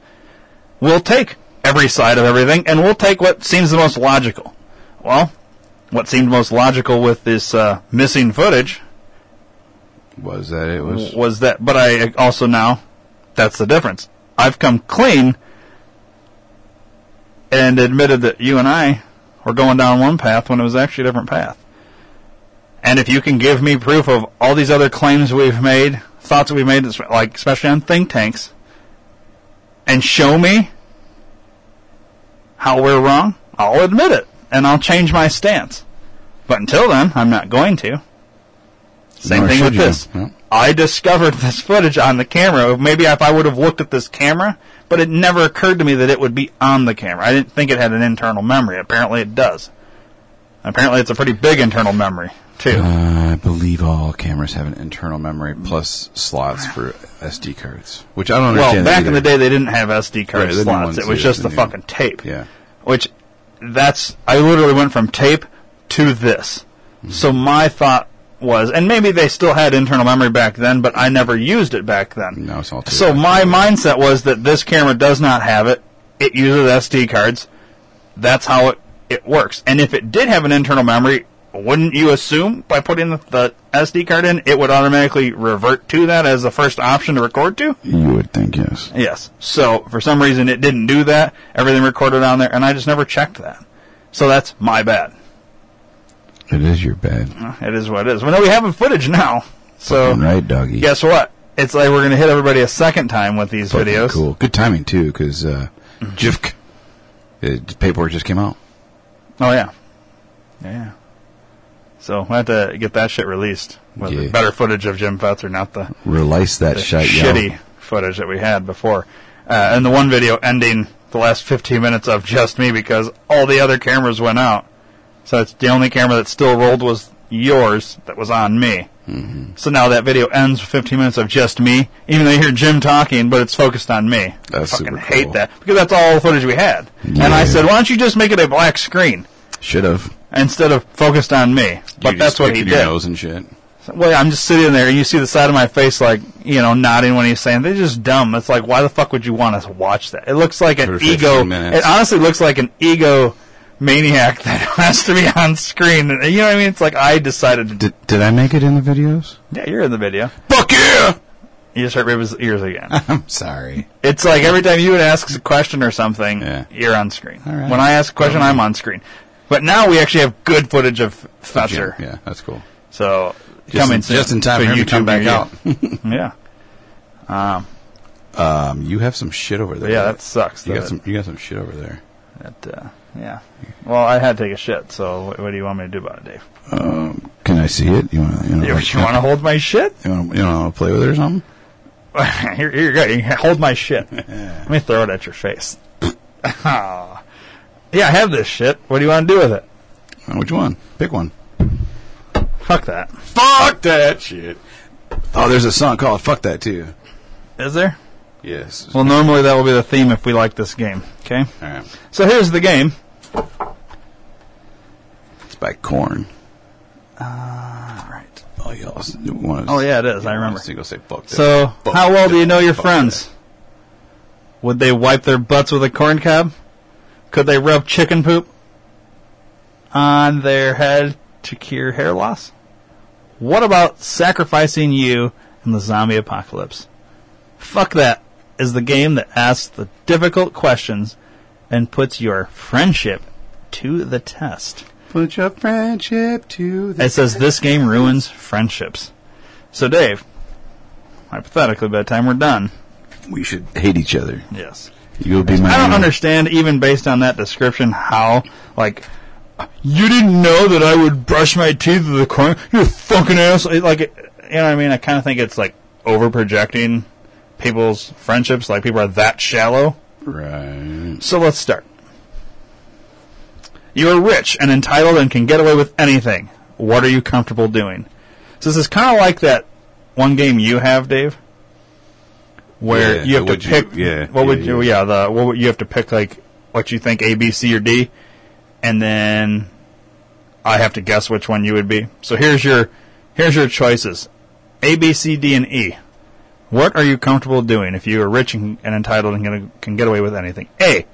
We'll take every side of everything and we'll take what seems the most logical. Well, what seemed most logical with this uh, missing footage
Was that it? Was
was that, but I also now, that's the difference. I've come clean and admitted that you and I were going down one path when it was actually a different path. And if you can give me proof of all these other claims we've made, thoughts that we've made, like especially on think tanks, and show me how we're wrong, I'll admit it and I'll change my stance. But until then, I'm not going to. Same
Nor
thing
should
with
you.
this.
Yeah.
I discovered this footage on the camera. Maybe if I would have looked at this camera, but it never occurred to me that it would be on the camera. I didn't think it had an internal memory. Apparently, it does. Apparently, it's a pretty big internal memory too.
Uh, I believe all cameras have an internal memory plus slots for SD cards, which I don't
well,
understand.
back
either.
in the day, they didn't have SD
Right,
card
they didn't want
slots. It
to,
was just
they
the
knew.
fucking tape.
yeah,
which that's I literally went from tape to this.
Hmm.
So my thought was, and maybe they still had internal memory back then, but I never used it back then.
now it's all. two
So my mindset was that this camera does not have it. It uses SD cards. That's how it, it works. And if it did have an internal memory, wouldn't you assume by putting the, the SD card in, it would automatically revert to that as the first option to record to?
you would think yes.
Yes. So for some reason it didn't do that. Everything recorded on there, and I just never checked that. So that's my bad.
It is your bad.
It is what it is. Well, no, we have footage now. So
right, doggy.
guess what? It's like we're gonna hit everybody a second time with these
Fucking
videos. Mm-hmm.
Cool. Good timing too, because uh, JIFC uh, paperwork just came out.
Oh yeah, yeah. yeah. So we will have to get that shit released with
Yeah.
better footage of Jim Fetzer, not the
Release that
the
shit,
shitty
yo.
footage that we had before. Uh, and the one video ending the last 15 minutes of just me because all the other cameras went out. So it's the only camera that still rolled was yours that was on me.
Mm-hmm.
So now that video ends with 15 minutes of just me, even though you hear Jim talking, but it's focused on me.
That's
I fucking
super
hate
cool.
that because that's all the footage we had. And I
Yeah.
said, why don't you just make it a black screen
Should have.
instead of focused on me? But that's what he
Your
did.
nose and shit.
Well, I'm just sitting there, and you see the side of my face, like you know, nodding when he's saying they're just dumb. It's like, why the fuck would you want us to watch that? It looks like an
For 15
ego.
minutes.
It honestly looks like an ego maniac that has to be on screen. You know what I mean? It's like I decided to. Do-
Did, did I make it in the videos?
yeah, you're in the video.
Fuck yeah!
You just hurt Rib's ears again.
I'm sorry.
It's like every time you would ask a question or something,
Yeah.
you're on screen.
All right.
When I ask a question, I'm on screen. But now we actually have good footage of Fetzer.
Yeah, that's cool.
So
Just
coming
in,
soon.
just in time
So
for him to
YouTube
come back
near you.
out.
yeah.
Um, you have some shit over there.
Yeah, that sucks.
You got
that-
some. You got some shit over there.
That, uh, yeah. Well, I had to take a shit, so what, what do you want me to do about it, Dave?
Can I see it? You want? You, know,
You, want to hold my shit?
You want? You want to play with it or something?
here, here you go. You can hold my shit. Let me throw it at your face. Ah. yeah, I have this shit. What do you want to do with it?
Uh, Which one? Pick one.
Fuck that.
Fuck that shit. Oh, there's a song called "Fuck That" too.
Is there?
Yes.
Well, normally that will be the theme if we like this game. Okay?
All right.
So here's the game.
It's by Corn.
All Ah, right.
Oh, y'all s- want to?
Oh, yeah, it is. I remember.
So you go say "fuck that."
So,
Fuck
how well
that.
do you know your
Fuck
friends? Would they wipe their butts with a corn cob? Could they rub chicken poop on their head to cure hair loss? What about sacrificing you in the zombie apocalypse? Fuck that is the game that asks the difficult questions and puts your friendship to the test.
that. Put your friendship to the.
It says this game ruins friendships. So, Dave, hypothetically, by the time we're done,
We should hate each other.
yes,
You'll be my.
I don't
man.
understand, even based on that description, how like you didn't know that I would brush my teeth with a coin. You fucking ass! Like, you know what I mean? I kind of think it's like over projecting people's friendships. Like people are that shallow.
Right.
So let's start. You are rich and entitled and can get away with anything. What are you comfortable doing? So this is kind of like that one game you have, Dave, where
Yeah,
you have to
would you-
pick.
yeah,
what would
yeah,
you? Yeah, the what would, you have to pick like what you think A, B, C, or D, and then I have to guess which one you would be. So here's your here's your choices: A, B, C, D, and E. What are you comfortable doing if you are rich and, and entitled and can, can get away with anything? A.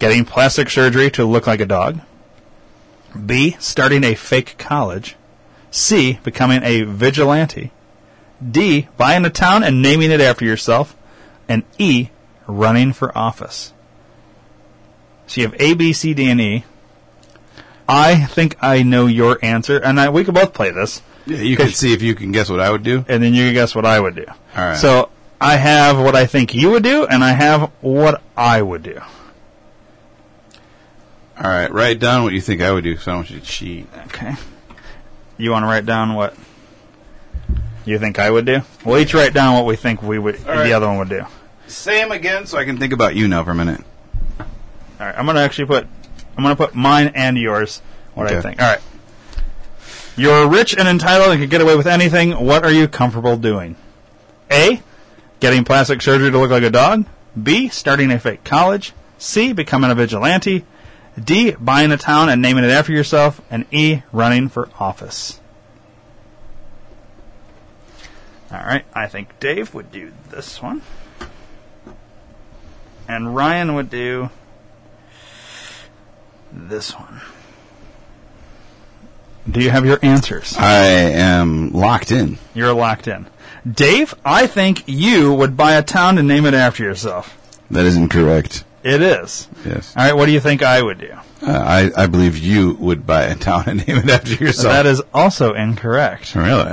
Getting plastic surgery to look like a dog. B. Starting a fake college. C. Becoming a vigilante. D. Buying a town and naming it after yourself. And E. Running for office. So you have A, B, C, D, and E. I think I know your answer, and I, we could both play this
Yeah, you can see if you can guess what I would do.
and then you can guess what I would do.
All right.
So I have what I think you would do, and I have what I would do.
All right, write down what you think I would do. So I want you to cheat.
Okay. You want to write down what you think I would do? We'll each write down what we think we would
right.
the other one would do.
Say them again, so I can think about you now for a minute.
All right. I'm gonna actually put I'm gonna put mine and yours. What I
Okay.
think. All right. You're rich and entitled and can get away with anything. What are you comfortable doing? A. Getting plastic surgery to look like a dog. B. Starting a fake college. C. Becoming a vigilante. D. Buying a town and naming it after yourself. And E. Running for office. All right. I think Dave would do this one. And Ryan would do this one. Do you have your answers?
I am locked in.
You're locked in. Dave, I think you would buy a town and name it after yourself.
That is incorrect.
It is.
Yes,
All right, what do you think I would do?
uh, I I believe you would buy a town and name it after yourself.
that is also incorrect.
really
All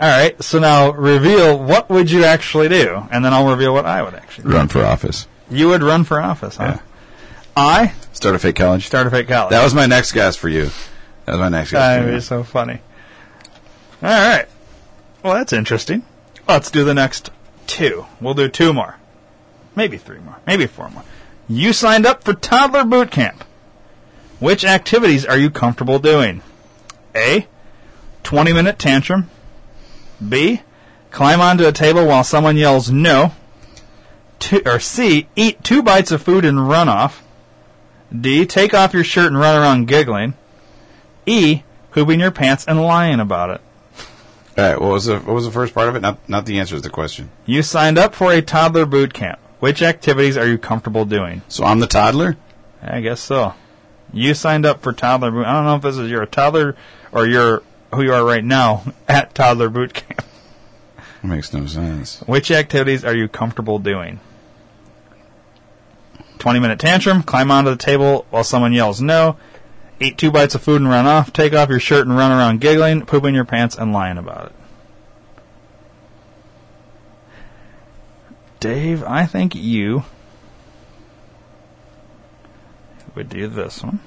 right, so now reveal what would you actually do, and then I'll reveal what I would actually
run for office.
do. You would run for office, huh? I
Start a fake college.
start a fake college.
That was my next guess for you. That was my next guess.
That
For
would
you.
be so funny. All right. Well, that's interesting. Let's do the next two. We'll do two more. Maybe three more. Maybe four more. You signed up for Toddler Boot Camp. Which activities are you comfortable doing? A. 20 minute tantrum. B. Climb onto a table while someone yells no. Two, or C. Eat two bites of food and run off. D. Take off your shirt and run around giggling. E, pooping your pants and lying about it.
All right. What was the What was the first part of it? Not Not the answer is the question.
You signed up for a toddler boot camp. Which activities are you comfortable doing?
So I'm the toddler.
I guess so. You signed up for toddler boot. I don't know if this is you're a toddler or you're who you are right now at toddler boot camp.
That makes no sense.
Which activities are you comfortable doing? 20 minute tantrum, climb onto the table while someone yells no, eat two bites of food and run off, take off your shirt and run around giggling, poop in your pants, and lying about it. Dave, I think you would do this one.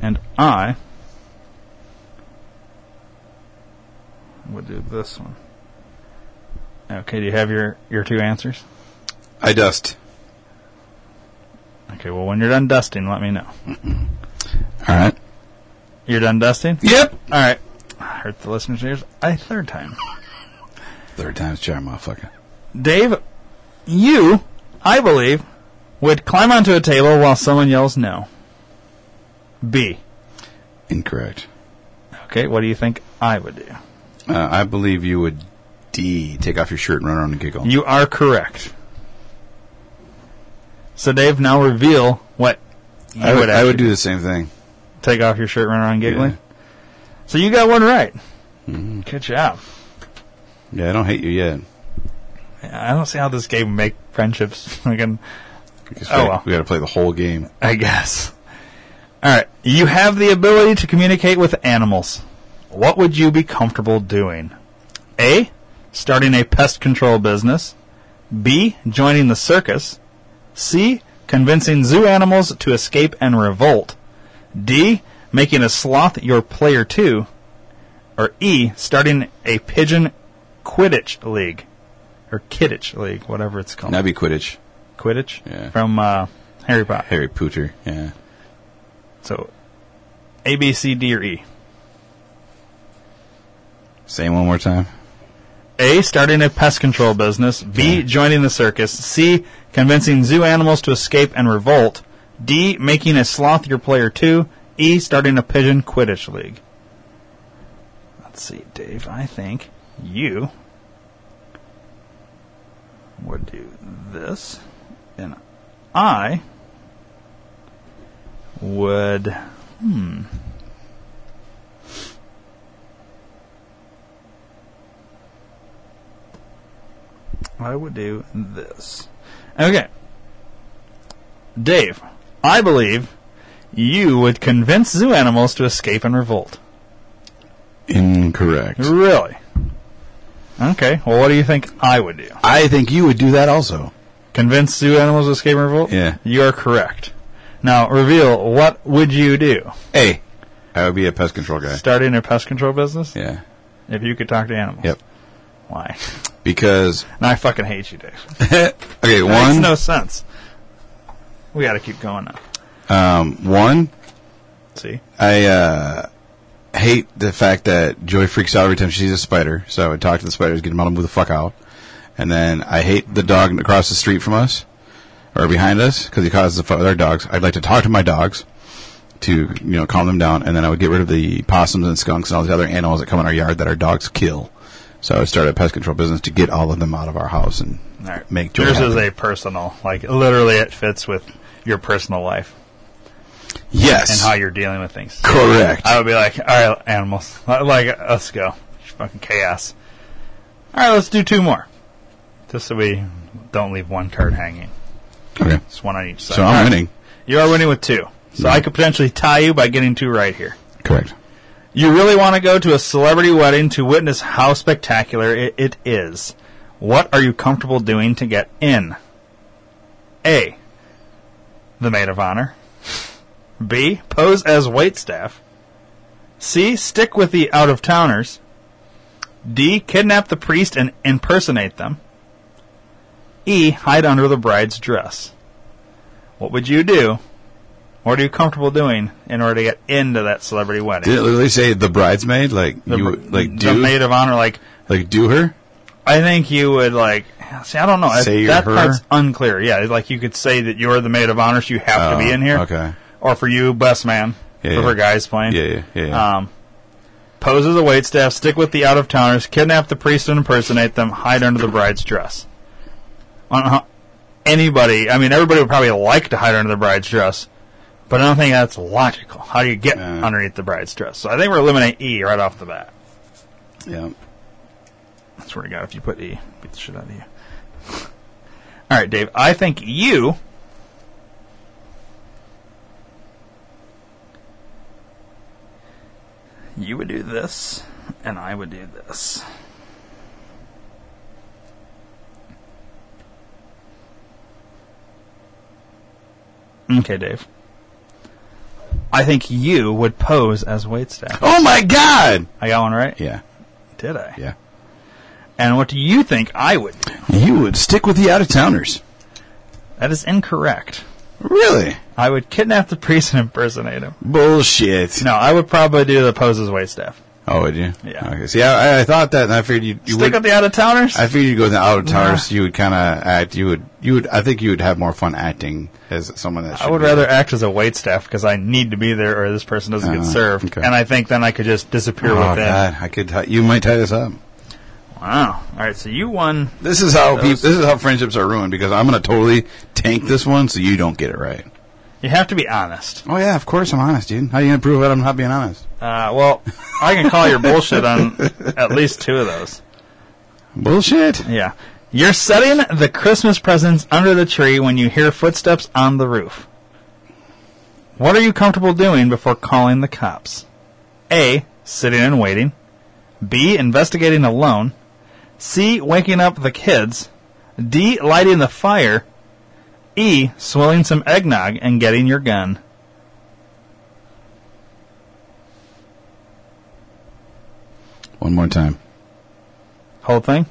And I would do this one. Okay, do you have your, your two answers?
I dust.
Okay, well, when you're done dusting, let me know.
All right.
You're done dusting?
Yep.
All right. Hurt the listener's ears a third time.
Third time's charm, motherfucker.
Dave, you, I believe, would climb onto a table while someone yells no. B.
Incorrect.
Okay, what do you think I would do?
Uh, I believe you would D take off your shirt and run around and giggle.
You are correct. So, Dave, now reveal what you
I would. I
actually
would do the same thing.
Take off your shirt, run around giggling.
Yeah. Mm-hmm.
So you got one right. Good job.
Yeah, I don't hate you yet.
I don't see how this game make friendships. Fucking,
Because
Oh,
we-
well.
we got to play the whole game.
I guess. All right, you have the ability to communicate with animals. What would you be comfortable doing? A. Starting a pest control business. B. Joining the circus. C. Convincing zoo animals to escape and revolt. D. Making a sloth your player too. Or E. Starting a pigeon Quidditch league. Or Kidditch league, whatever it's called.
That'd be Quidditch.
Quidditch?
Yeah.
From uh, Harry Potter.
Harry Pooter. Yeah.
So, A, B, C, D, or E.
Say it one more time.
A. Starting a pest control business. B. Joining the circus. C. Convincing zoo animals to escape and revolt. D. Making a sloth your player two. E. Starting a pigeon Quidditch league. Let's see, Dave. I think you would do this, and I would. Hmm. I would do this. Okay. Dave, I believe you would convince zoo animals to escape and revolt.
Incorrect.
Really? Okay. Well, what do you think I would do?
I think you would do that also.
Convince zoo animals to escape and revolt?
Yeah.
You are correct. Now, reveal what would you do?
A. I would be a pest control guy.
Starting a pest control business?
Yeah.
If you could talk to animals.
Yep.
Why?
Because
And I fucking hate you, Dave.
okay,
That
one
makes no sense. We got to keep going now.
um one
See?
I uh, hate the fact that Joy freaks out every time she sees a spider. So I would talk to the spiders, get them out to move the fuck out. And then I hate the dog across the street from us or behind us because he causes the fight with our dogs. I'd like to talk to my dogs to you know calm them down, and then I would get rid of the possums and skunks and all these other animals that come in our yard that our dogs kill. So I would start a pest control business to get all of them out of our house and
All right.
make Joy.
Yours
happy.
is a personal, like literally, it fits with your personal life and
yes,
how you're dealing with things.
correct.
I would be like, all right, animals, li- like let's go, It's fucking chaos. All right, let's do two more, just so we don't leave one card hanging.
okay,
It's one on each side.
so
All
I'm
right.
winning.
You are winning with two, so I could potentially tie you by getting two right here.
Correct.
You really want to go to a celebrity wedding to witness how spectacular it, it is. What are you comfortable doing to get in? A. The maid of honor. B. Pose as waitstaff. C. Stick with the out of towners. D. Kidnap the priest and impersonate them. E. Hide under the bride's dress. What would you do? What are you comfortable doing in order to get into that celebrity wedding?
Did it literally say the bridesmaid? Like
the,
you,
br-
like
the
do
maid of honor. Like
Like, do her?
I think you would like. See, I don't know.
Say you're
that
her?
part's unclear. Yeah, it's like you could say that you're the maid of honor, so you have to be
Oh,
in here.
okay.
Or for you, best man.
Yeah,
for
yeah.
her guys playing.
Yeah, yeah, yeah, yeah.
Um, pose as a waitstaff. Stick with the out of towners. Kidnap the priest and impersonate them. Hide under the bride's dress. I don't know how anybody. I mean, everybody would probably like to hide under the bride's dress. But I don't think that's logical. How do you get
Yeah.
underneath the bride's dress? So I think we're eliminating E right off the bat.
Yeah.
I swear to God, if you put E, beat the shit out of you. All right, Dave. I think you you would do this, and I would do this. Okay, Dave. I think you would pose as waitstaff.
Oh my god!
I got one right.
Yeah,
Did I?
yeah.
And what do you think I would do?
You would stick with the out of towners.
That is incorrect.
Really?
I would kidnap the priest and impersonate him.
Bullshit.
No, I would probably do the pose as waitstaff.
Oh, would you?
Yeah.
Okay. See, I, I thought that, and I figured you, you would.
Stick with the out of towners.
I figured you'd go with the out of towners. You would kind of act. You would. You would. I think you would have more fun acting as someone that.
I
should
would
be
rather act as a waitstaff because I need to be there, or this person doesn't
Uh,
get served.
okay.
And I think then I could just disappear
there. Oh
within.
god, I could. T- you might tie this up.
Wow. All right, so you won.
This is how
Those-
peop This is how friendships are ruined because I'm gonna totally tank this one so you don't get it right.
You have to be honest.
Oh yeah, of course I'm honest, dude. How you gonna prove that I'm not being honest?
Uh, well, I can call your bullshit on at least two of those.
Bullshit.
Yeah. You're setting the Christmas presents under the tree when you hear footsteps on the roof. What are you comfortable doing before calling the cops? A. Sitting and waiting. B. Investigating alone. C. Waking up the kids. D. Lighting the fire. E. Swilling some eggnog and getting your gun.
One more time.
Whole thing?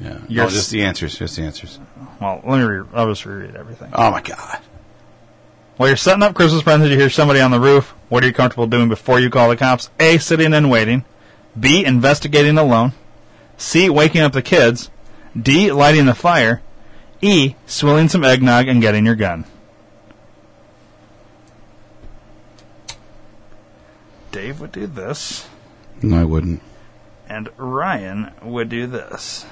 Yeah. No,
You're s-
just the answers. Just the answers.
Well, let me re- I'll just reread everything.
Oh my god.
While you're setting up Christmas presents, you hear somebody on the roof. What are you comfortable doing before you call the cops? A. Sitting and waiting. B. Investigating alone. C. Waking up the kids. D. Lighting the fire. E. Swilling some eggnog and getting your gun. Dave would do this,
No, I wouldn't.
and Ryan would do this.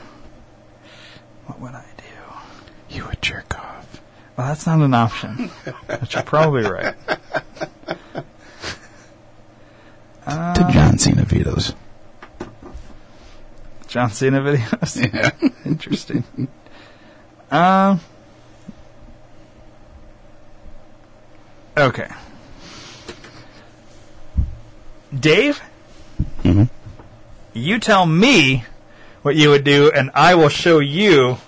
What would I do?
You would jerk off.
Well, that's not an option. but you're probably right.
to John Cena vetoes.
John Cena videos.
Yeah.
Interesting. um. Okay. Dave,
Mm-hmm.
you tell me what you would do, and I will show you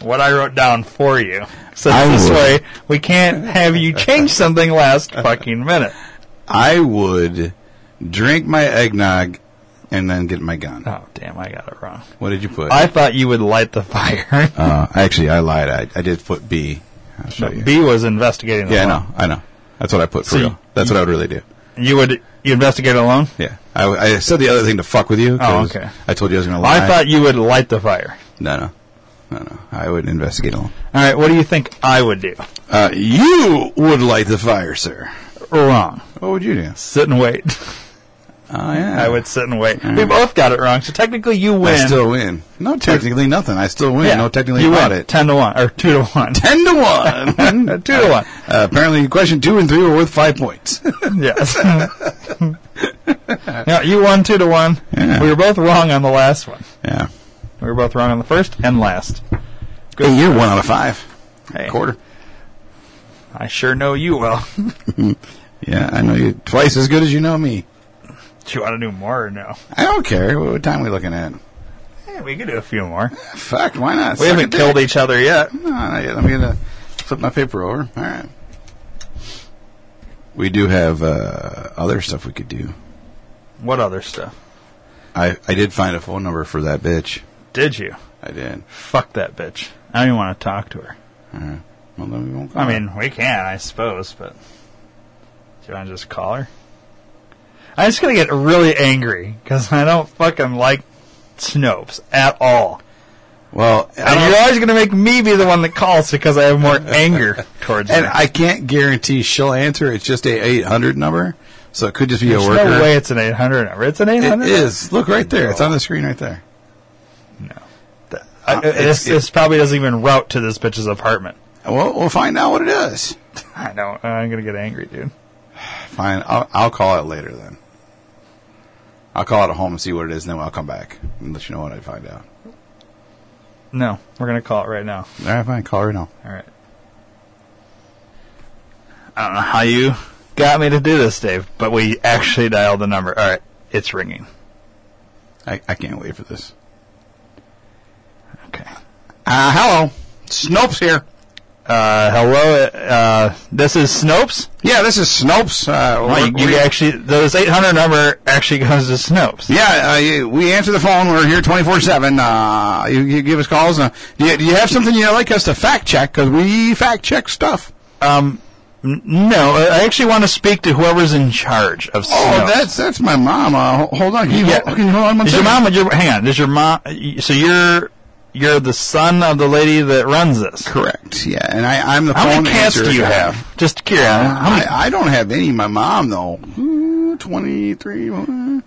what I wrote down for you. So
I
this
would.
way, we can't have you change something last fucking minute.
I would drink my eggnog and then get my gun.
Oh damn, I got it wrong.
What did you put?
I thought you would light the fire.
uh, actually, I lied. I, I did put B. I'll show you.
B was investigating.
Yeah, I
alone.
know. I know. That's what I put for
So
real. That's what I would really do.
You would you investigate alone?
Yeah. I, I said the other thing to fuck with you. 'cause
Oh, okay.
I told you I was going to lie.
I thought you would light the fire.
No, no. No, no. I would investigate alone.
All right, what do you think I would do?
Uh, you would light the fire, sir.
Wrong.
What would you do?
Sit and wait.
Oh, yeah.
I would sit and wait. We both got it wrong, so technically you
I
win.
still win. No, technically nothing. I still win.
Yeah,
No, technically
you
about
win.
it.
Ten to one or two to one.
10 to 1.
two to one.
Uh, apparently, question 2 and 3 were worth 5 points.
Yes. yeah, you won two to one.
Yeah.
We were both wrong on the last one.
yeah.
We were both wrong on the first and last.
Hey, you're 1 out of 5.
Hey,
Quarter.
I sure know you will.
Yeah, I know you twice as good as you know me.
do you want to do more or no?
I don't care. What time are we looking at?
Hey, we could do a few more.
Fuck, why not?
We
Suck
haven't
a
killed
dick.
each other yet.
No, not yet. I'm going to flip my paper over. All right. We do have uh, other stuff we could do.
What other stuff?
I, I did find a phone number for that bitch.
Did you?
I did.
Fuck that bitch. I don't even want to talk to her.
All right. Well, then we won't call
I mean, we can, I suppose, but do you want to just call her? I'm just gonna get really angry because I don't fucking like Snopes at all,
her. Well, I
and
don't-
you're always gonna make me be the one that calls because I have more anger towards
And
her.
I can't guarantee she'll answer. It's just a 800 number, so it could just be
There's
a worker.
no way it's an 800 number. It's an 800.
it is. Look right there. It's on the screen right there.
I,
Uh, it's-
this, this probably doesn't even route to this bitch's apartment.
Well, we'll find out what it is.
I know. I'm gonna get angry, dude.
Fine. I'll, I'll call it later then. I'll call it at home and see what it is, and then I'll come back and let you know what I find out.
No, we're gonna call it right now.
All right, fine. Call her now.
All right. I don't know how you got me to do this, Dave, but we actually dialed the number. All right, it's ringing.
I, I can't wait for this.
Okay.
Uh, hello. Snopes here.
Uh, hello. Uh, this is Snopes.
Yeah, this is Snopes. Uh,
Oh, you,
we're-
you
we-
actually, this 800 number actually goes to Snopes.
Yeah, uh, you- we answer the phone. We're here twenty four seven. Uh, You you give us calls. Uh, do, you, do you have something you'd like us to fact check? Because we fact check stuff.
Um, n- no, I I actually want to speak to whoever's in charge of Snopes.
Oh, that's that's my mom. Uh, ho- hold on. Can you,
Yeah.
hold, can you hold on one
Is your
second?
mom? Your, hang on. Is your mom? So you're you're the son of the lady that runs this.
Correct. Yeah, and I I'm the
How
phone
many cats
answer
do you
guy.
have? Just curious. How many?
I, I don't have any. My mom though. Twenty three.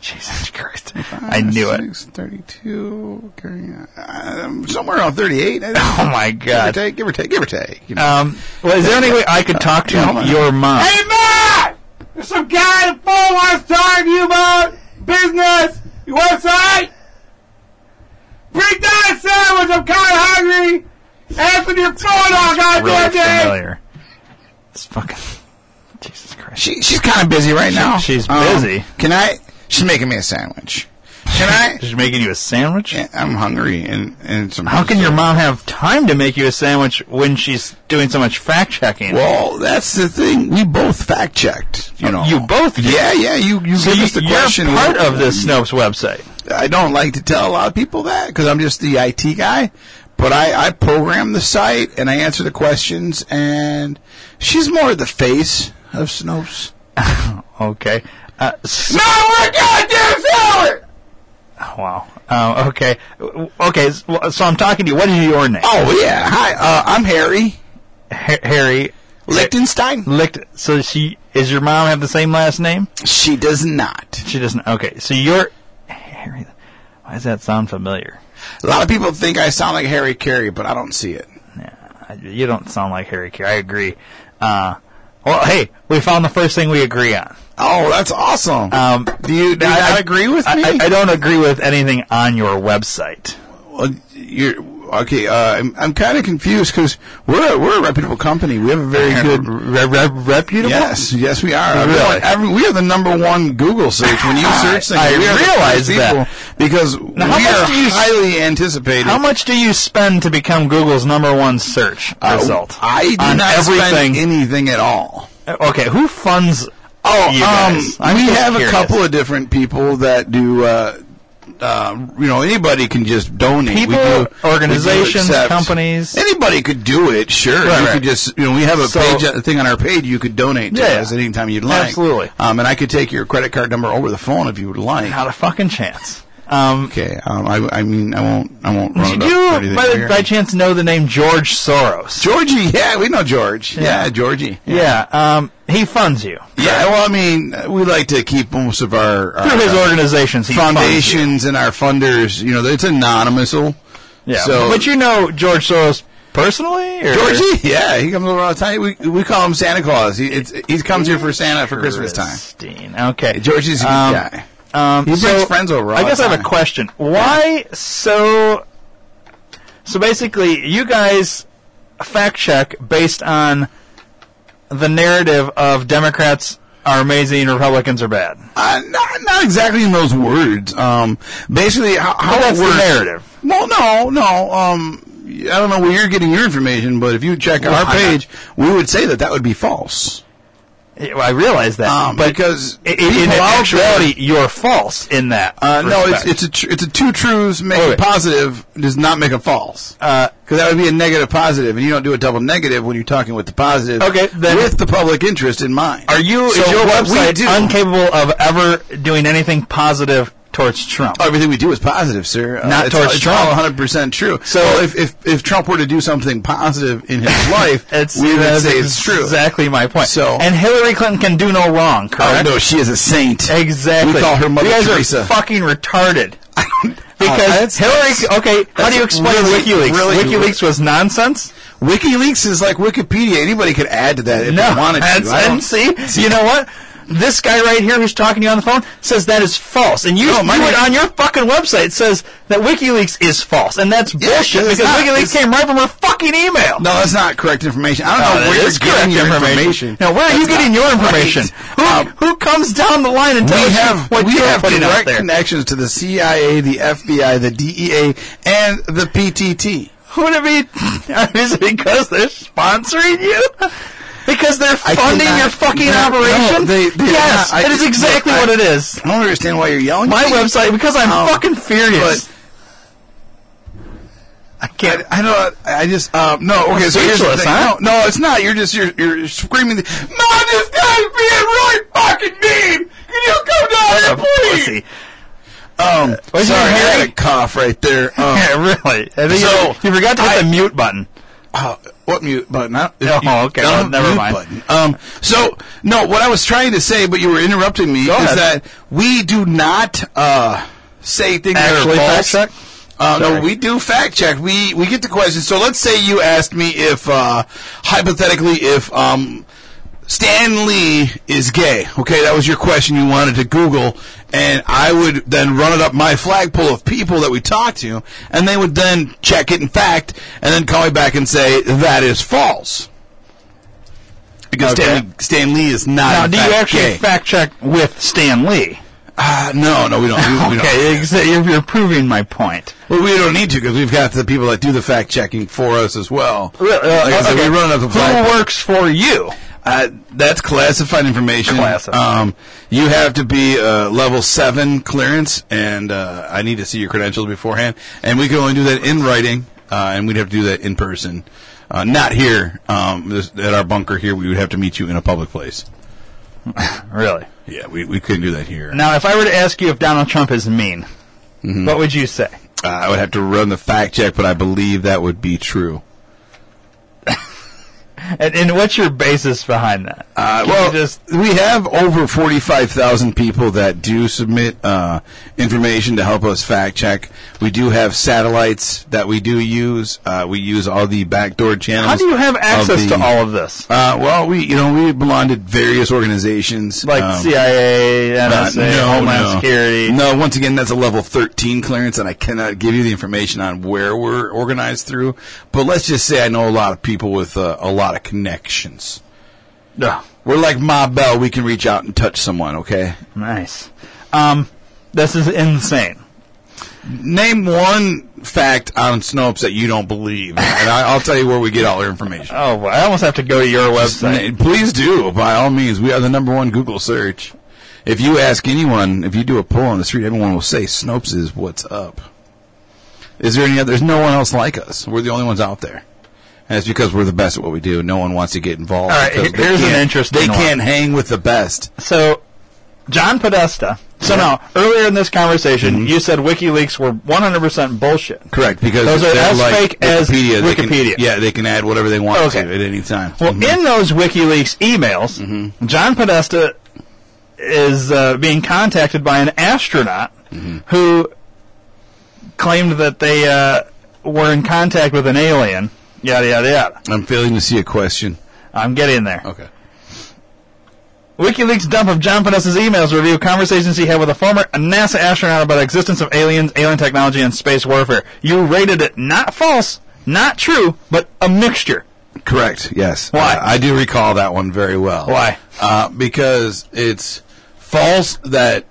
Jesus Christ! I knew it.
Thirty two. Uh, somewhere around thirty eight.
Oh my
Give or
God.
take. Give or take. Give or take. You know.
Um, well, is there any way I could talk to
Yeah, hold on.
your mom?
Hey, Matt! There's some guy at the phone wants to talk to you about business. You want some? Bring that sandwich. I'm kind of hungry. Answer your phone all
really
goddamn day.
familiar. It's fucking Jesus Christ.
She, she's kind of busy right now. Um,
she's busy.
Can I? She's making me a sandwich. Can I?
She's making you a sandwich.
Yeah, I'm hungry and and some.
How can your mom have time to make you a sandwich when she's doing so much fact checking?
Well, that's the thing. We both fact checked. You know,
You both did.
Yeah, yeah. You you
so
give
you,
us the
you're
question.
part
Well,
of this Snopes website.
I don't like to tell a lot of people that because I'm just the IT guy. But I, I program the site and I answer the questions. And she's more the face of Snopes.
Okay. Uh, s-
No, we're goddamn salad.
Wow. Uh, okay. W- Okay. s- w- So I'm talking to you. What is your name?
Oh yeah. Hi, uh, I'm Harry
Ha- Harry
Lichtenstein.
Licht. So she is your mom have the same last name?
She does not.
She doesn't. Okay. So you're Harry. Why does that sound familiar?
A lot of people think I sound like Harry Carey, but I don't see it.
I- Uh, You don't sound like Harry Carey. I agree. Uh, well, hey, we found the first thing we agree on.
Oh, that's awesome.
Um,
do you, do you not agree with
I,
me?
I, I don't agree with anything on your website.
Well, you're okay. Uh, I'm, I'm kind of confused because we're a, we're a reputable company. We have a very good.
Re- re- reputable.
Yes, yes, we are.
Really?
Everyone- every- we are the number one Google search when you search things.
I
we are the first
realize
people because we
how much
are
do you s-
highly anticipated.
How much do you spend to become Google's number one search
Uh,
result?
I do
on
not
everything.
spend anything at all.
okay, who funds?
Oh,
you guys?
um,
I'm
we
just
have
curious.
a couple of different people that do. Uh, uh, you know, anybody can just donate. We
People,
do- we do
organizations,
accept-
companies.
Anybody could do it. Sure,
Right,
you
right.
could just. You know, we have a
So-
page, a thing on our page. You could donate to
Yeah,
us
yeah.
at any time you'd like.
Absolutely.
Um, and I could take your credit card number over the phone if you would like.
Not a fucking chance. Um,
okay. Um, I, I mean, I won't. I won't run
did
it up or
you
anything
by,
here.
by chance know the name George Soros?
Georgie? Yeah, we know George. Yeah, Georgie.
Yeah. Um, he funds you
Yeah, well, I mean, we like to keep most of our, our
through his organizations. He funds you.
foundations and our funders, you know, it's anonymous. So
Yeah.
So-
but you know George Soros personally? Or?
Georgie, yeah, he comes over all the time. We, we call him Santa Claus. He it's, he comes here for Santa for Christmas time.
Christine. Okay.
Georgie's a good
um,
guy.
Um,
He brings
so,
friends over all
I guess
the
I have a
time.
question. Why so? So basically, you guys fact check based on the narrative of Democrats are amazing, Republicans are bad.
Uh, not, not exactly in those words. Um, basically, how, how
that's
it
the
works.
narrative.
Well, no, no. Um, I don't know where you're getting your information, but if you check
Well,
our
I-
page, we would say that that would be false.
Yeah, well, I realize that,
Um,
but
because
i- i- in
people out there-
actuality, you're false in that.
Uh, no, it's
respect.
it's a tr- it's a two truths make
Wait,
a
wait.
positive does not make a false.
Uh,
because that would be a negative positive, and you don't do a double negative when you're talking with the positive.
Okay, then-
with the public interest in mind.
Are you
So
is your
what we
website
do-
incapable of ever doing anything positive towards Trump?
Everything we do is positive, sir. Uh,
Not
it's
towards
all, it's
Trump.
all 100 percent true.
So-
So if, if if Trump were to do something positive in his life,
It's,
we would
that's
say it's true.
Exactly my point.
So-
and Hillary Clinton can do no wrong,
Oh
correct?
no, she is a saint.
Exactly.
We call her Mother
you guys
Teresa.
are fucking retarded.
that's-
Because Hillary, okay, how do you
that's
explain
really-
WikiLeaks?
really-
WikiLeaks was nonsense.
WikiLeaks is like Wikipedia. Anybody could add to that if
no,
they wanted to.
that's-
I don't-
and see, you know what? This guy right here who's talking to you on the phone says that is false, and you,
No, my
you
name-
went on your fucking website it says that WikiLeaks is false, and that's bullshit
it's
because
not.
WikiLeaks
It's-
came right from her fucking email.
No, that's not correct information. I don't
Oh,
know where
that
you're
is correct
getting your information.
Now, where are you
That's
getting
not
your
right.
information?
Um,
Who, who comes down the line and tells
we
you
have
what
we
you're
have
putting out
direct
there?
connections to the CIA, the FBI, the DEA, and the PTT.
Who would it be? Is it because they're sponsoring you? Because they're
I
funding
cannot-
your fucking
no,
operation?
no, they- they are
yes,
not. I-
that is exactly
I-
what it is.
I don't understand why you're yelling.
My
at me.
website, because I'm
Um,
fucking furious. I
I,
can't.
I know. I just um, no. Okay, so here's the
Speechless,
thing.
huh?
No, no, it's not. You're just you're, you're screaming. The, no, this guy's being really fucking mean. Can you come down here, please?
pussy.
Um,
Was he
sorry, I
Harry?
had a cough right there.
Yeah,
Um,
really. I think
So,
you, you forgot to hit
I-
the mute button.
Uh, what mute button? I,
Oh, okay, well, never
mute
mind.
button. Um, so no, what I was trying to say, but you were interrupting me, is
ahead.
that we do not uh, say things
Actually
that are
fact
false.
check?
Uh,
Sorry.
no, we do fact check. We we get the question. So let's say you asked me if uh, hypothetically if um, Stan Lee is gay. Okay, that was your question you wanted to Google, and I would then run it up my flagpole of people that we talked to, and they would then check it in fact, and then call me back and say that is false. Because
Okay.
Stan, Stan Lee is not.
Now,
in
do you
fact
actually
gay.
fact check with Stan Lee?
Uh, no, no, we don't. We, we don't.
Okay, exa- you're, you're proving my point.
Well, we don't need to because we've got the people that do the fact checking for us as well.
Like I said,
uh, okay.
we run up the
Who
flag. works for you?
Uh, that's classified information.
Classified.
Um, you have to be uh, level seven clearance, and uh, I need to see your credentials beforehand. And we can only do that in writing, uh, and we'd have to do that in person, uh, not here um, this, at our bunker. Here, we would have to meet you in a public place.
Really?
Yeah, we, we couldn't do that here.
Now, if I were to ask you if Donald Trump is mean,
Mm-hmm.
what would you say?
Uh, I would have to run the fact check, but I believe that would be true.
And, and what's your basis behind that?
Uh,
Can you
well,
just
we have over 45,000 people that do submit uh, information to help us fact check. We do have satellites that we do use. Uh, we use all the backdoor channels.
how do you have
of
access
the-
to all of this?
Uh, well, we you know we belong to various organizations
Like
um,
CIA, NSA,
uh, no,
Homeland
no.
Security.
No, once again, that's a level 13 clearance, and I cannot give you the information on where we're organized through. But let's just say I know a lot of people with uh, a lot of connections.
Ugh,
We're like Ma Bell. We can reach out and touch someone, okay?
nice. Um, this is insane.
Name one fact on Snopes that you don't believe, and I, I'll tell you where we get all our information.
Oh, well, I almost have to go to your website.
N- Please do, by all means. We are the number one Google search. If you ask anyone, if you do a poll on the street, everyone will say Snopes is what's up. Is there any other? There's no one else like us. We're the only ones out there. And it's because we're the best at what we do. No one wants to get involved.
All right,
because
he-
they
here's an
can't-
interesting
They
one.
can't hang with the best.
So, John Podesta. So now, earlier in this conversation, you said WikiLeaks were 100% bullshit.
Correct, because
Those are
they're
as
like
fake as
Wikipedia. They can-
Wikipedia.
yeah, they can add whatever they want
Okay.
to at any time.
Well,
Mhm.
in those WikiLeaks emails, John Podesta is uh, being contacted by an astronaut who claimed that they uh, were in contact with an alien. Yada yada yada.
I'm failing to see a question.
I'm getting there.
Okay.
WikiLeaks dump of John Podesta's emails review conversations he had with a former NASA astronaut about existence of aliens, alien technology, and space warfare. You rated it not false, not true, but a mixture.
Correct. Yes.
Why?
Uh, I do recall that one very well.
Why?
Uh, because it's false that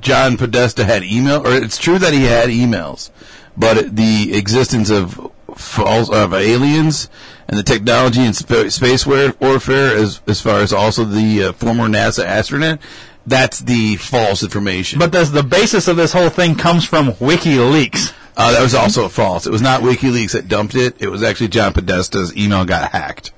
John Podesta had email, or it's true that he had emails, but it- the existence of false of aliens and the technology and sp- space war- warfare, as as far as also the uh, former NASA astronaut, that's the false information.
But does the basis of this whole thing comes from WikiLeaks?
Uh, that was also false. It was not WikiLeaks that dumped it. It was actually John Podesta's email got hacked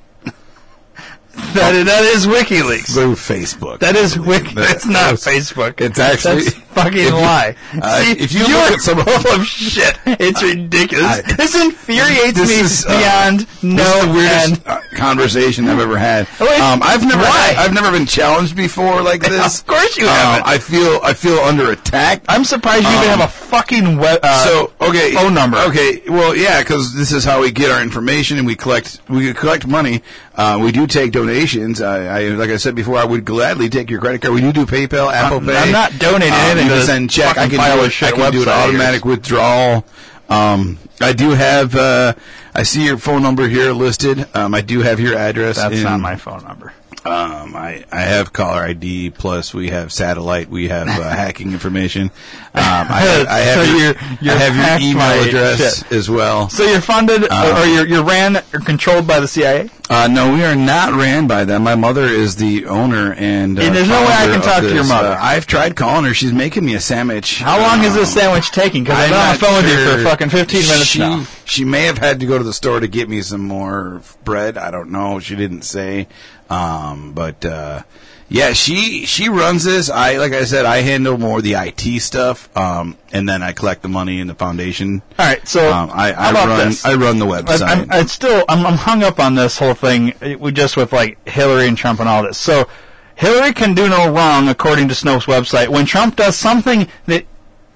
That that is WikiLeaks.
through Facebook.
That is Wiki.
That-
That's not
that was-
Facebook.
It's actually
That's fucking
if you-
lie.
uh,
See,
if you
you're
look at some of
full of shit. It's ridiculous.
I-
this infuriates
This
me
is, uh,
beyond no
This is the
end.
weirdest uh, conversation I've ever had.
Wait,
um, I've never,
why?
I've never been challenged before like this.
Of course you
Um,
haven't.
I feel, I feel under attack.
I'm surprised you even
Um,
have a fucking web. Uh,
so okay,
phone number.
Okay, well, yeah, because this is how we get our information, and we collect we collect money. Uh, we do take donations. I, I like I said before, I would gladly take your credit card. We do do PayPal, Apple
I'm-
Pay. Um,
I'm not donating
you
anything
can
to this
send check. I
fucking
can,
pile
do,
of
it-
shit
I can do an
website of
automatic withdrawal. Um, I do have. Uh, I see your phone number here listed. Um, I do have your address.
that's
in-
not my phone number.
um, I, I have caller ID. Plus, we have satellite. We have uh, hacking information. Um, I, I have
So
your,
you're- you're
I have
hacked
your
my
email address
shit.
as well.
So you're funded, or, or you're you're ran or controlled by the CIA.
Uh, no, we are not ran by them. My mother is the owner, and, uh,
And there's no way I
founder
can
of
talk to your
this.
mother.
Uh, I've tried calling her. She's making me a sandwich.
How long is
Um,
this sandwich taking?
I'm
Because I've been on the
not
phone with you for
sure.
fucking 15 minutes
she,
now.
She may have had to go to the store to get me some more bread. I don't know. She didn't say. Um, but uh, yeah, she she runs this. I like I said, I handle more the IT stuff, um, and then I collect the money in the foundation.
All right, so
Um, I,
how
I
about
run
this?
I run the
But
website.
I'm, I'm still I'm, I'm hung up on this whole thing. uh, We just with like Hillary and Trump and all this. So Hillary can do no wrong according to Snopes' website. When Trump does something that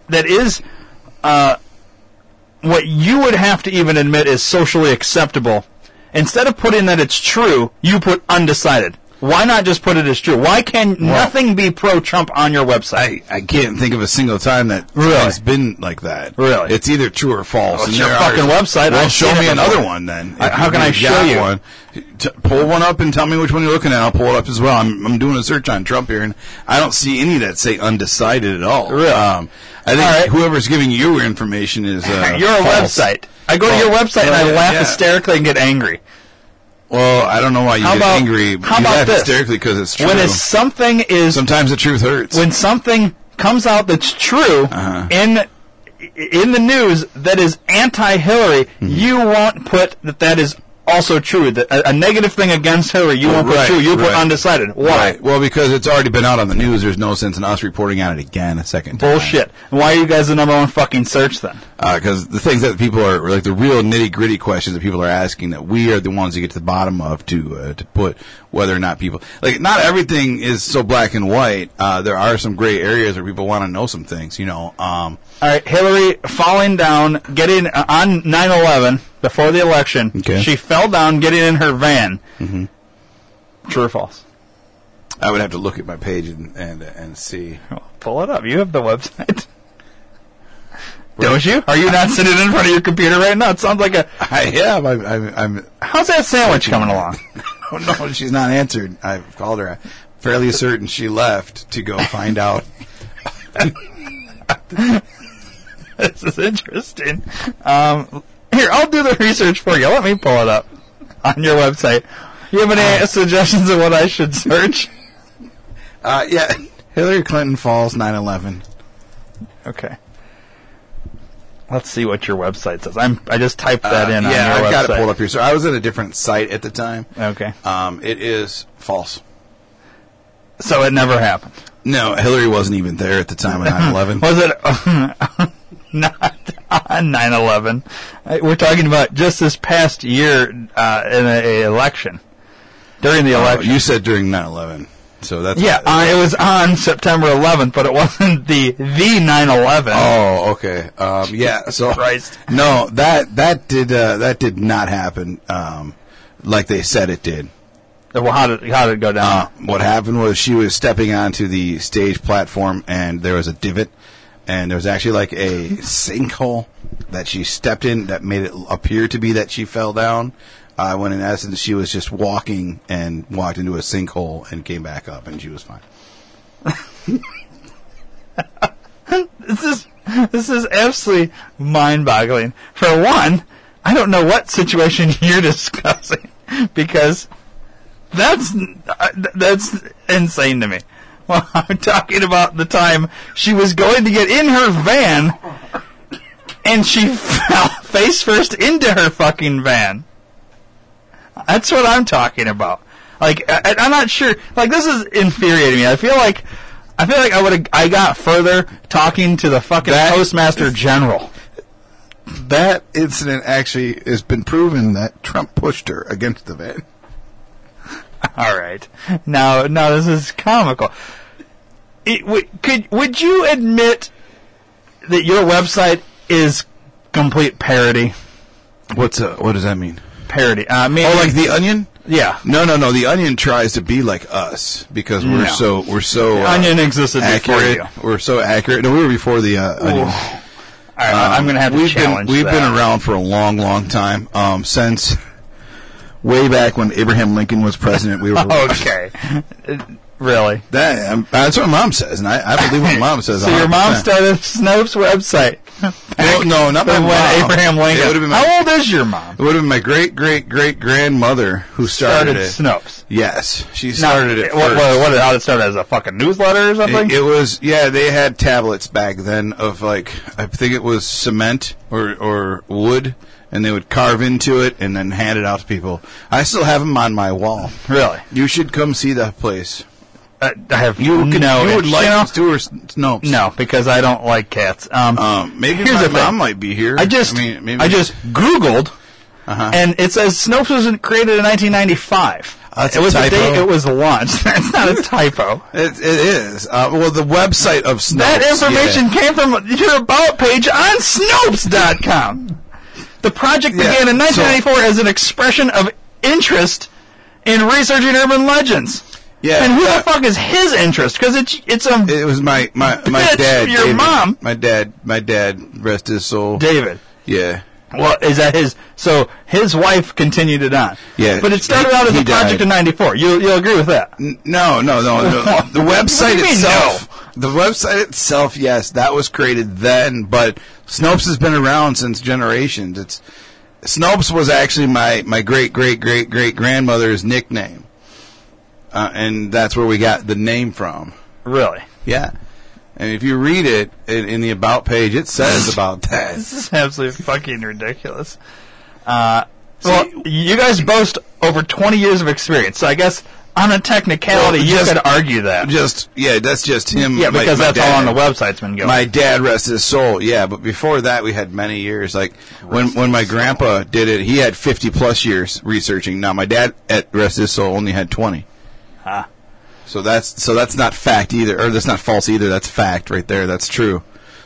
that is uh, what you would have to even admit is socially acceptable, instead of putting that it's true, you put undecided. Why not just put it as true? Why can nothing be pro Trump on your website?
I, I can't think of a single time that
Really?
has been like that.
Really?
It's either true or false.
Well, it's
and
your
there are-
fucking website.
Well,
I've
show
seen
me
it
another
before.
one then.
I-
If
how
you-
can I
you've
show
got
you?
One, T- pull one up and tell me which one you're looking at. I'll pull it up as well. I'm, I'm doing a search on Trump here, and I don't see any that say undecided at all.
Really?
Um, I think
All right.
whoever's giving you information is uh,
You're a
false.
website. I go to your
False.
website and I
Yeah,
laugh
yeah.
hysterically and get angry.
Well, I don't know why you
How
get
about-
angry.
how
you
about
laugh
this?
hysterically because it's true.
When it's something is
Sometimes the truth hurts.
when something comes out that's true
Uh-huh.
in in the news that is anti-Hillary,
Mm-hmm.
you won't put that that is also true. That a, a negative thing against Hillary, you won't
Right,
put true. You put
right.
undecided. Why?
Right. Well, because it's already been out on the news. There's no sense in us reporting on it again a second time.
Bullshit. Why are you guys the number one fucking search then?
Because the things that people are like the real nitty gritty questions that people are asking that we are the ones that get to the bottom of to uh, to put whether or not people like not everything is so black and white. Uh, there are some gray areas where people want to know some things. You know. Um,
All right, Hillary falling down, getting uh, on 9/11 before the election.
Okay. Mm-hmm.
She fell down, getting in her van. True or false?
I would have to look at my page and and, and see.
Well, pull it up. You have the website. Don't you? Are you not sitting in front of your computer right now? It sounds like a.
I am. I'm. I'm, I'm
How's that sandwich coming along?
oh no, she's not answered. I've called her. I'm fairly certain she left to go find out.
this is interesting. Um, here, I'll do the research for you. Let me pull it up on your website. You have any suggestions of what I should search?
Uh, yeah. Hillary Clinton falls 9/11.
Okay. Let's see what your website says. I'm I just typed that
Uh,
in.
yeah,
on your
I've got it
website.
pulled up here. So I was at a different site at the time.
Okay,
Um, it is false.
so it never happened.
No, Hillary wasn't even there at the time of 9/11.
Was it not on 9/11? Uh, We're talking about just this past year uh, in a, a election during the
Oh,
election.
you said during 9/11. So that's
yeah, uh, it was on September 11th, but it wasn't the the 9/11.
Oh, okay. Um, yeah. So
Christ.
no, that that did uh, that did not happen. Um, like they said it did.
Well, how did how did it go down?
Uh, what happened was she was stepping onto the stage platform, and there was a divot, and there was actually like a sinkhole that she stepped in that made it appear to be that she fell down. Uh, when in essence she was just walking and walked into a sinkhole and came back up, and she was fine.
this is this is absolutely mind-boggling. For one, I don't know what situation you're discussing because that's uh, that's insane to me. Well, I'm talking about the time she was going to get in her van and she fell face first into her fucking van. That's what I'm talking about. Like I, I- I'm not sure. Like this is infuriating me. I feel like I feel like I would have I got further talking to the fucking postmaster general.
That incident actually has been proven that Trump pushed her against the van.
All right. Now, now this is comical. It, w- could would you admit that your website is complete parody?
What's uh, what does that mean?
Parody. Uh, I mean,
Oh, like the Onion?
yeah.
No, no, no. The Onion tries to be like us because we're
No.
so we're so uh,
Onion existed before
accurate.
you. All
We're so accurate. No, we were before the uh, Onion.
right, I'm going to have to
Um, we've
challenge
been we've
that.
been around for a long, long time. Um, since way back when Abraham Lincoln was president, we were
Okay. really?
That, um, that's what mom says, and I, I believe what mom says.
So your mom
100%.
started Snopes website.
No, no, not my
when
mom.
Abraham
It would have
Lincoln.
been my,
How old is your mom?
it would have been my great great great grandmother who started, it.
Snopes.
Yes, she
Now,
started it.
What,
first.
what, what, how did it start as a fucking newsletter or something?
It, it was yeah. They had tablets back then of like I think it was cement or or wood, and they would carve into it and then hand it out to people. I still have them on my wall.
really?
You should come see that place.
I, I have
You could,
no.
you would
interest.
like
You know,
Stuart Snopes.
no, because I don't like cats. Um,
Um, maybe
Here's
my
the thing.
mom might be here.
I just, I,
mean, maybe Uh-huh.
just Googled, and it says Snopes was created in 1995.
Oh, That's
it
a
was the
typo.
day it was launched. That's not a typo.
It, it is. Uh, well, the website of Snopes.
That
yeah.
information came from your about page on Snopes.com. The project
Yeah,
began in
so-
1994 as an expression of interest in researching urban legends.
Yeah.
And who the fuck is his interest? Because it's it's um
It was my my my
Bitch,
dad.
your
David.
mom.
My dad. My dad. Rest his soul.
David.
yeah.
Well, is that his? So his wife continued it on.
Yeah,
But it started out as
he
a project
died.
in '94. You you'll agree with that?
N- No, no, no, no. The
What
website
do you mean,
itself. The website itself, yes, that was created then, but Snopes has been around since generations. It's Snopes was actually my my great great great great grandmother's nickname, uh, and that's where we got the name from.
Really?
Yeah, and if you read it in, in the about page, it says about that.
This is absolutely fucking ridiculous. Uh, well, you guys boast over 20 years of experience, so I guess on a technicality,
Well, just-
you could argue that.
Just yeah, that's just him.
yeah,
like
because
my
that's all on
dad.
the website's been going.
My dad rest his soul. Yeah, but before that, we had many years. Like when when my grandpa did it, he had fifty plus years researching. Now my dad at rest his soul only had twenty.
Ah.
So that's so that's not fact either, or that's not false either. That's fact right there. That's true.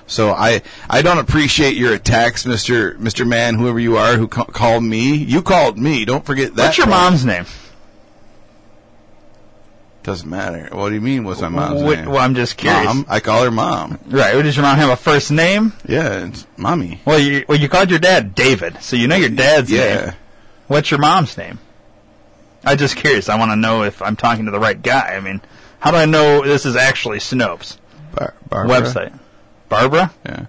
So I I don't appreciate your attacks, Mister Mister Man, whoever you are, who ca- called me. You called me. Don't forget that.
What's your
part.
mom's name?
Doesn't matter. What do you mean? What's my mom's
Wh-
name?
Well, I'm just curious.
mom. I call her mom.
Right? Does your mom have a first name?
Yeah, it's mommy.
Well, you well you called your dad David, so you know your dad's
yeah.
name. What's your mom's name? I'm just curious. I want to know if I'm talking to the right guy. I mean, how do I know this is actually Snopes
Bar- Barbara.
website? Barbara?
Yeah.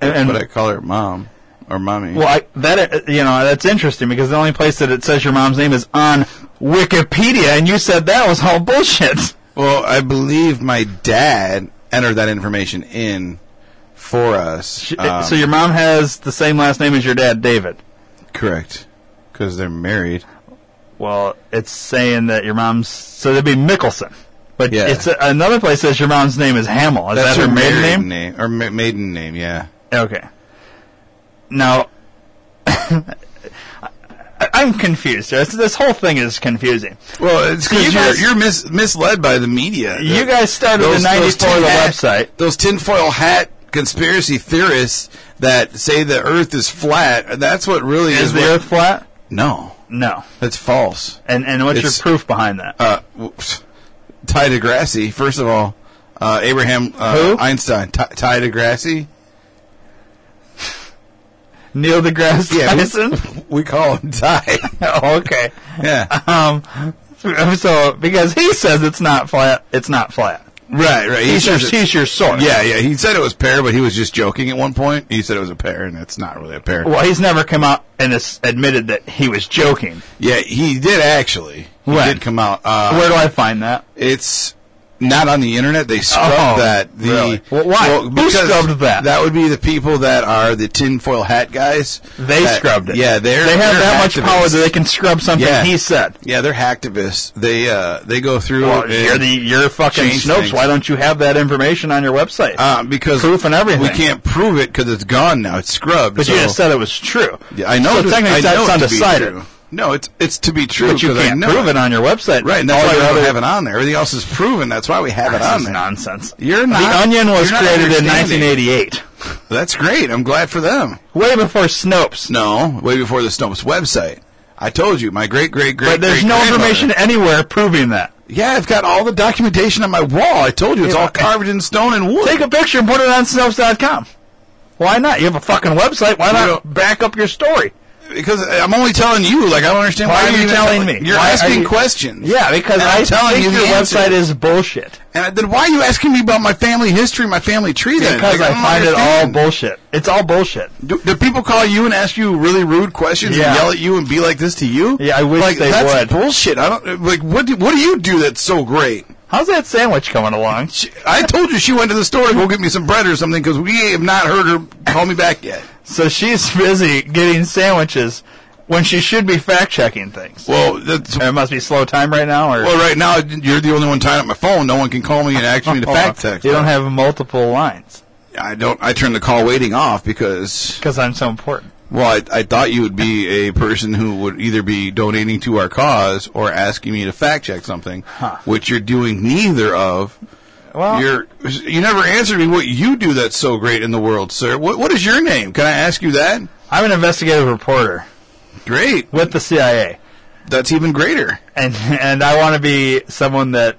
And- and-
but I call her mom or mommy.
Well, I, that uh, you know that's interesting because the only place that it says your mom's name is on Wikipedia, and you said that was all bullshit.
Well, I believe my dad entered that information in for us.
Sh uh, eh,
Um,
so your mom has the same last name as your dad, David.
correct because they're married.
Well, it's saying that your mom's so that'd be Mickelson, but
Yeah.
it's uh, another place says your mom's name is Hamill. Is that her
married
maiden name?
or ma- maiden name. Yeah,
Okay. Now, I- I'm confused. This, this whole thing is confusing.
well, it's
you
because you are
guys-
you're mis- misled by the media.
You guys started
Those-
the
those
'94
tin
the
hat-
website.
Those tinfoil hat conspiracy theorists that say the Earth is flat. That's what really is,
Is the
what-
Earth flat?
No,
No.
that's false.
And and what's
It's-
your proof behind that?
uh, w- Ty DeGrassi. First of all, uh, Abraham uh,
Who?
Einstein. Ty, Ty DeGrassi.
Neil deGrasse
Yeah, we-
Tyson.
We call him Ty.
oh, okay.
yeah.
Um. So because he says it's not flat, it's not flat.
Right. Right. He
He's your
says it-
he's your source.
yeah, yeah. He said it was pear, but he was just joking at one point. He said it was a pear, and it's not really a pear.
Well, he's never come out and has admitted that he was joking.
Yeah, he did actually. He
When?
did come out. Uh,
Where do I find that?
It's not on the internet. They scrubbed
Oh,
that. The,
really? Well, why? Who
because
scrubbed that?
That would be the people that are the tinfoil hat guys.
They
that-
scrubbed it.
Yeah, they're
they have
they're
that much
hacktivists.
power that they can scrub something
Yeah.
he said.
Yeah, they're hacktivists. They uh, they go through
Well,
and-
you're the you're fucking
change
Snopes.
things.
Why don't you have that information on your website?
uh, because
Proof and everything.
We can't prove it because it's gone now. It's scrubbed.
but you
so-
just said it was true.
Yeah, I know.
So
it was-
technically,
I know
that's
it to be
undecided.
true. No, it's it's to be true.
But you
'cause I
can't
know
prove it on your website.
Right, and that's
All
why we
your
don't
other-
have it on there. Everything else is proven. That's why we have it
This
on
is
there.
nonsense.
You're not-
The Onion was
you're not
created in
understanding.
1988,
That's great. I'm glad for them.
way before Snopes.
No, way before the Snopes website. I told you, my great great great.
but there's no
great-grandmother-
information anywhere proving that.
Yeah, I've got all the documentation on my wall. I told you, it's
Yeah.
all carved in stone and wood.
Take a picture and put it on Snopes.com. Why not? You have a fucking website. Why
We
not
don't-
back up your story?
Because I'm only telling you. Like I don't understand why,
Why are
I'm
you
even
telling me?
You're
Why are
asking
you-
questions.
Yeah, because
And
I
I'm telling
think
you the
your
answer.
website is bullshit.
And then why are you asking me about my family history, my family tree? Then
Because
Like,
I
don't
find it all
understand.
bullshit. It's all bullshit.
Do, do people call you and ask you really rude questions
Yeah.
and yell at you and be like this to you?
Yeah, I wish
like,
they
that's
would.
bullshit. I don't like what. Do, what do you do that's so great?
How's that sandwich coming along?
She, I told you she went to the store to go get me some bread or something because we have not heard her call me back yet.
So she's busy getting sandwiches when she should be fact checking things.
Well, that's
It must be slow time right now, or
well. Right now, you're the only one tying up my phone. No one can call me and ask me to
Hold on.
fact check.
You don't have multiple lines
I don't. I turned the call waiting off because
because I'm so important.
Well, I, I thought you would be a person who would either be donating to our cause or asking me to fact check something, which you're doing neither of.
Well,
You're you never answered me what you do that's so great in the world, sir. What what is your name? Can I ask you that?
I'm an investigative reporter
Great.
with the CIA.
that's even greater.
and and I want to be someone that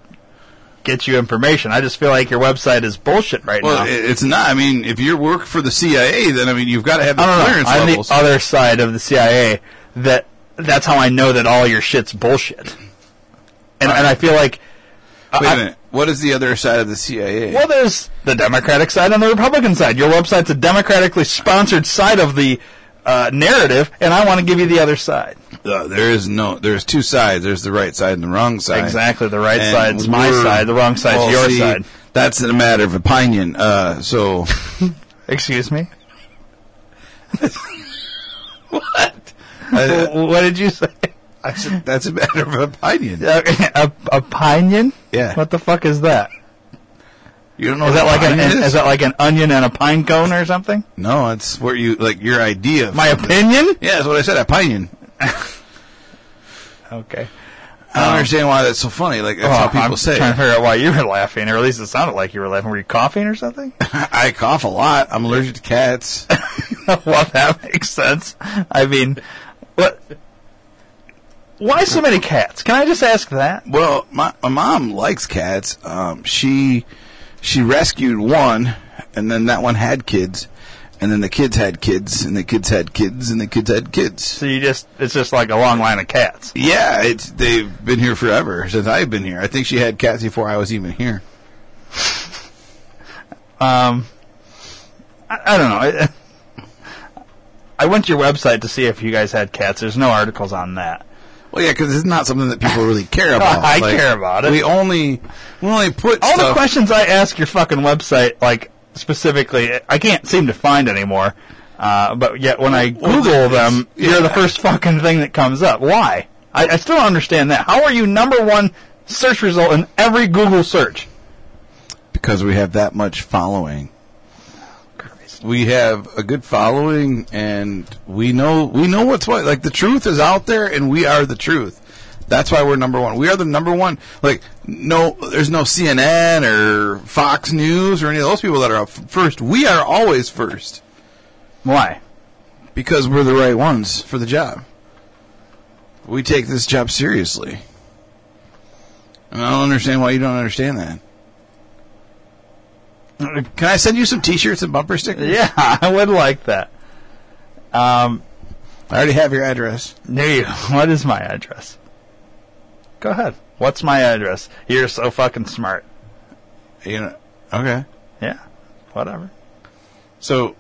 gets you information. I just feel like your website is bullshit right
Well,
now.
it- it's not. I mean, if you work for the CIA, then I mean, you've got to have the
I uh, don't know.
clearance
I'm
levels.
the other side of the CIA. That that's how I know that all your shit's bullshit. And and I feel like
Wait
I-
a minute. What is the other side of the CIA?
well, there's the Democratic side and the Republican side. Your website's a democratically sponsored side of the uh, narrative, and I want to give you the other side.
Uh, there is no. There's two sides. There's the right side and the wrong side.
Exactly. The right
And
side's my
we're-
side. The wrong side's
well,
your
see,
side.
That's a matter of opinion. Uh, so
Excuse me.
I-
W- What did you say?
I said that's a matter of opinion.
Uh, a, opinion?
Yeah.
What the fuck is that?
You don't know
Is
what
that like an
opinion
is that like an onion and a pine cone or something?
no? It's where you like your idea. Of
My
something.
opinion?
Yeah, that's what I said. Opinion.
Okay.
I don't understand why that's so funny. Like that's how
Well,
people
Oh. I'm
say.
trying to
it.
figure out why you were laughing, or at least it sounded like you were laughing. Were you coughing or something?
I cough a lot. I'm allergic to cats.
well, that makes sense. I mean, what? Why so many cats? Can I just ask that?
Well, my, my mom likes cats. Um, she she rescued one, and then that one had kids, and then the kids had kids, and the kids had kids, and the kids had kids.
So you just—it's just like a long line of cats.
Yeah, it's they've been here forever since I've been here. I think she had cats before I was even here.
Um, I, I don't know. I, I went to your website to see if you guys had cats. There's no articles on that.
Well, yeah, because it's not something that people really care about.
I care about it.
We only we only put
All the
stuff-
questions I ask your fucking website, like specifically, I can't seem to find anymore. Uh, but yet, when I
Well,
Google
it's-
them, you're the first fucking thing that comes up. Why? I, I still don't understand that. How are you number one search result in every Google search?
because we have that much following. We have a good following, and we know we know what's what. Like the truth is out there, and we are the truth. That's why we're number one. We are the number one. Like no, there's no CNN or Fox News or any of those people that are up first. We are always first
Why?
because we're the right ones for the job. We take this job seriously, and I don't understand why you don't understand that. Can I send you some T-shirts and bumper stickers?
Yeah, I would like that. Um,
I already have your address.
there you. What is my address? Go ahead. What's my address? You're so fucking smart.
You know. Okay.
Yeah. Whatever.
So,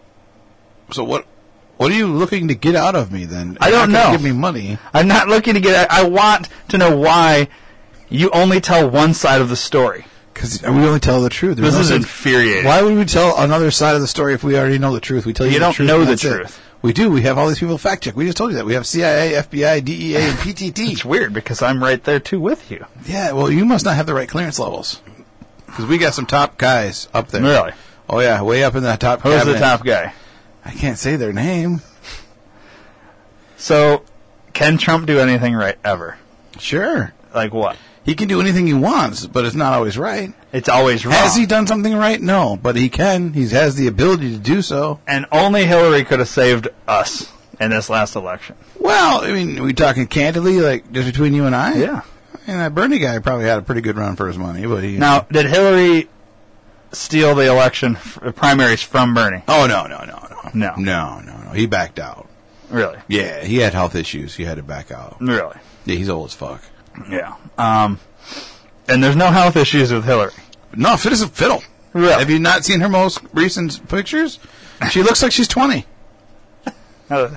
so what? What are you looking to get out of me then?
I
You're
don't
not gonna
know.
Give me money.
I'm not looking to get. I I want to know why you only tell one side of the story.
Because we only tell the truth. There's
This
no
is
sense-
infuriating.
Why would we tell another side of the story if we already know the truth? We tell you,
You
the
don't
truth,
know
and
the
that's it.
truth.
We do. We have all these people fact check. We just told you that. We have CIA, FBI, DEA, E and
It's
PTT.
weird because I'm right there too with you.
yeah. Well, you must not have the right clearance levels because we got some top guys up there.
Really?
Oh yeah, way up in the top.
Who's the
cabinet.
top guy?
I can't say their name.
So, can Trump do anything right ever?
Sure.
Like what?
He can do anything he wants, but it's not always right.
It's always wrong.
Has he done something right? No, but he can. He has the ability to do so.
and only Hillary could have saved us in this last election.
Well, I mean, we talking candidly, like just between you and I. And that Bernie guy probably had a pretty good run for his money, but he.
Now, did Hillary steal the election, f- the primaries from Bernie?
Oh no no no
No.
no no no no. He backed out.
Really?
Yeah, he had health issues. He had to back out.
Really?
Yeah, he's old as fuck.
Yeah. Um, and there's no health issues with Hillary.
No, fit as a fiddle.
Really?
Have you not seen her most recent pictures? She looks like she's twenty.
Uh,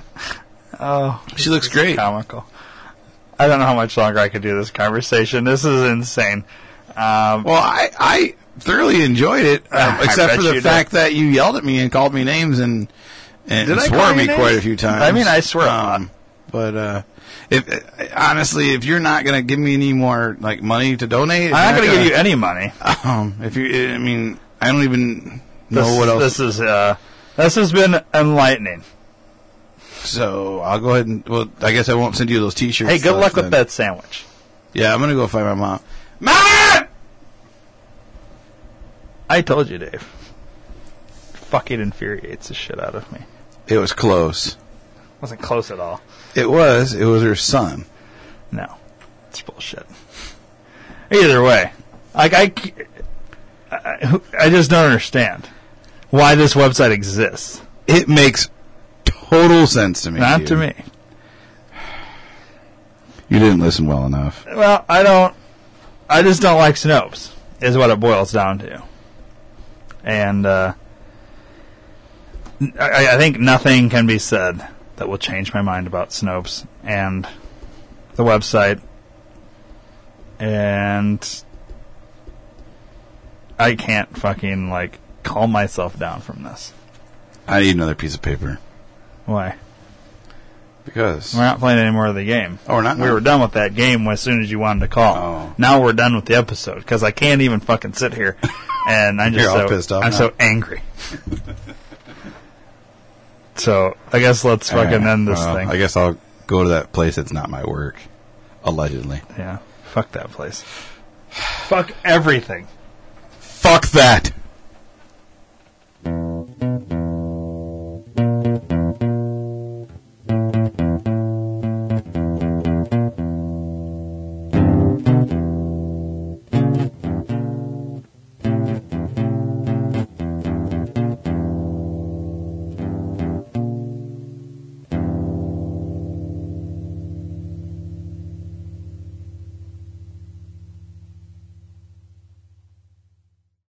She looks great.
comical. I don't know how much longer I could do this conversation. This is insane. Um,
Well, I, I thoroughly enjoyed it, um,
Ah, I
except
bet
for the
you
fact that you yelled at me and called me names and and
Did I
swore
call
at
you
me
names?
quite a few times.
I mean, I swear a lot.
Um, but uh, if honestly, if you're not gonna give me any more like money to donate, if
I'm not
you're
going to give you any money.
gonna- Um, if you, I mean, I don't even
This,
know what else.
This is uh, this has been enlightening.
so I'll go ahead and well, I guess I won't send you those T-shirts.
Hey, good
stuff
luck
then.
with that sandwich.
Yeah, I'm gonna go find my mom. Mom!
I told you, Dave. Fucking infuriates the shit out of me.
It was close.
Wasn't close at all.
It was. It was her son.
No, it's bullshit. Either way, like I, c- I- I just don't understand why this website exists.
It makes total sense to me.
Not
dude.
to me.
You didn't listen well enough.
Well, I don't. I just don't like Snopes. Is what it boils down to. And uh, I, I think nothing can be said that will change my mind about Snopes and the website. And I can't fucking like calm myself down from this.
I need another piece of paper
Why?
because
We're not playing any more of the game.
oh, we're not.
We were done with that game as soon as you wanted to call.
Oh.
Now we're done with the episode because I can't even fucking sit here, and I'm just
You're all
so
pissed off
I'm
now.
so angry. so I guess let's
All right,
fucking end this
well,
thing.
I guess I'll go to that place that's not my work, allegedly.
yeah, fuck that place. fuck everything.
Fuck that.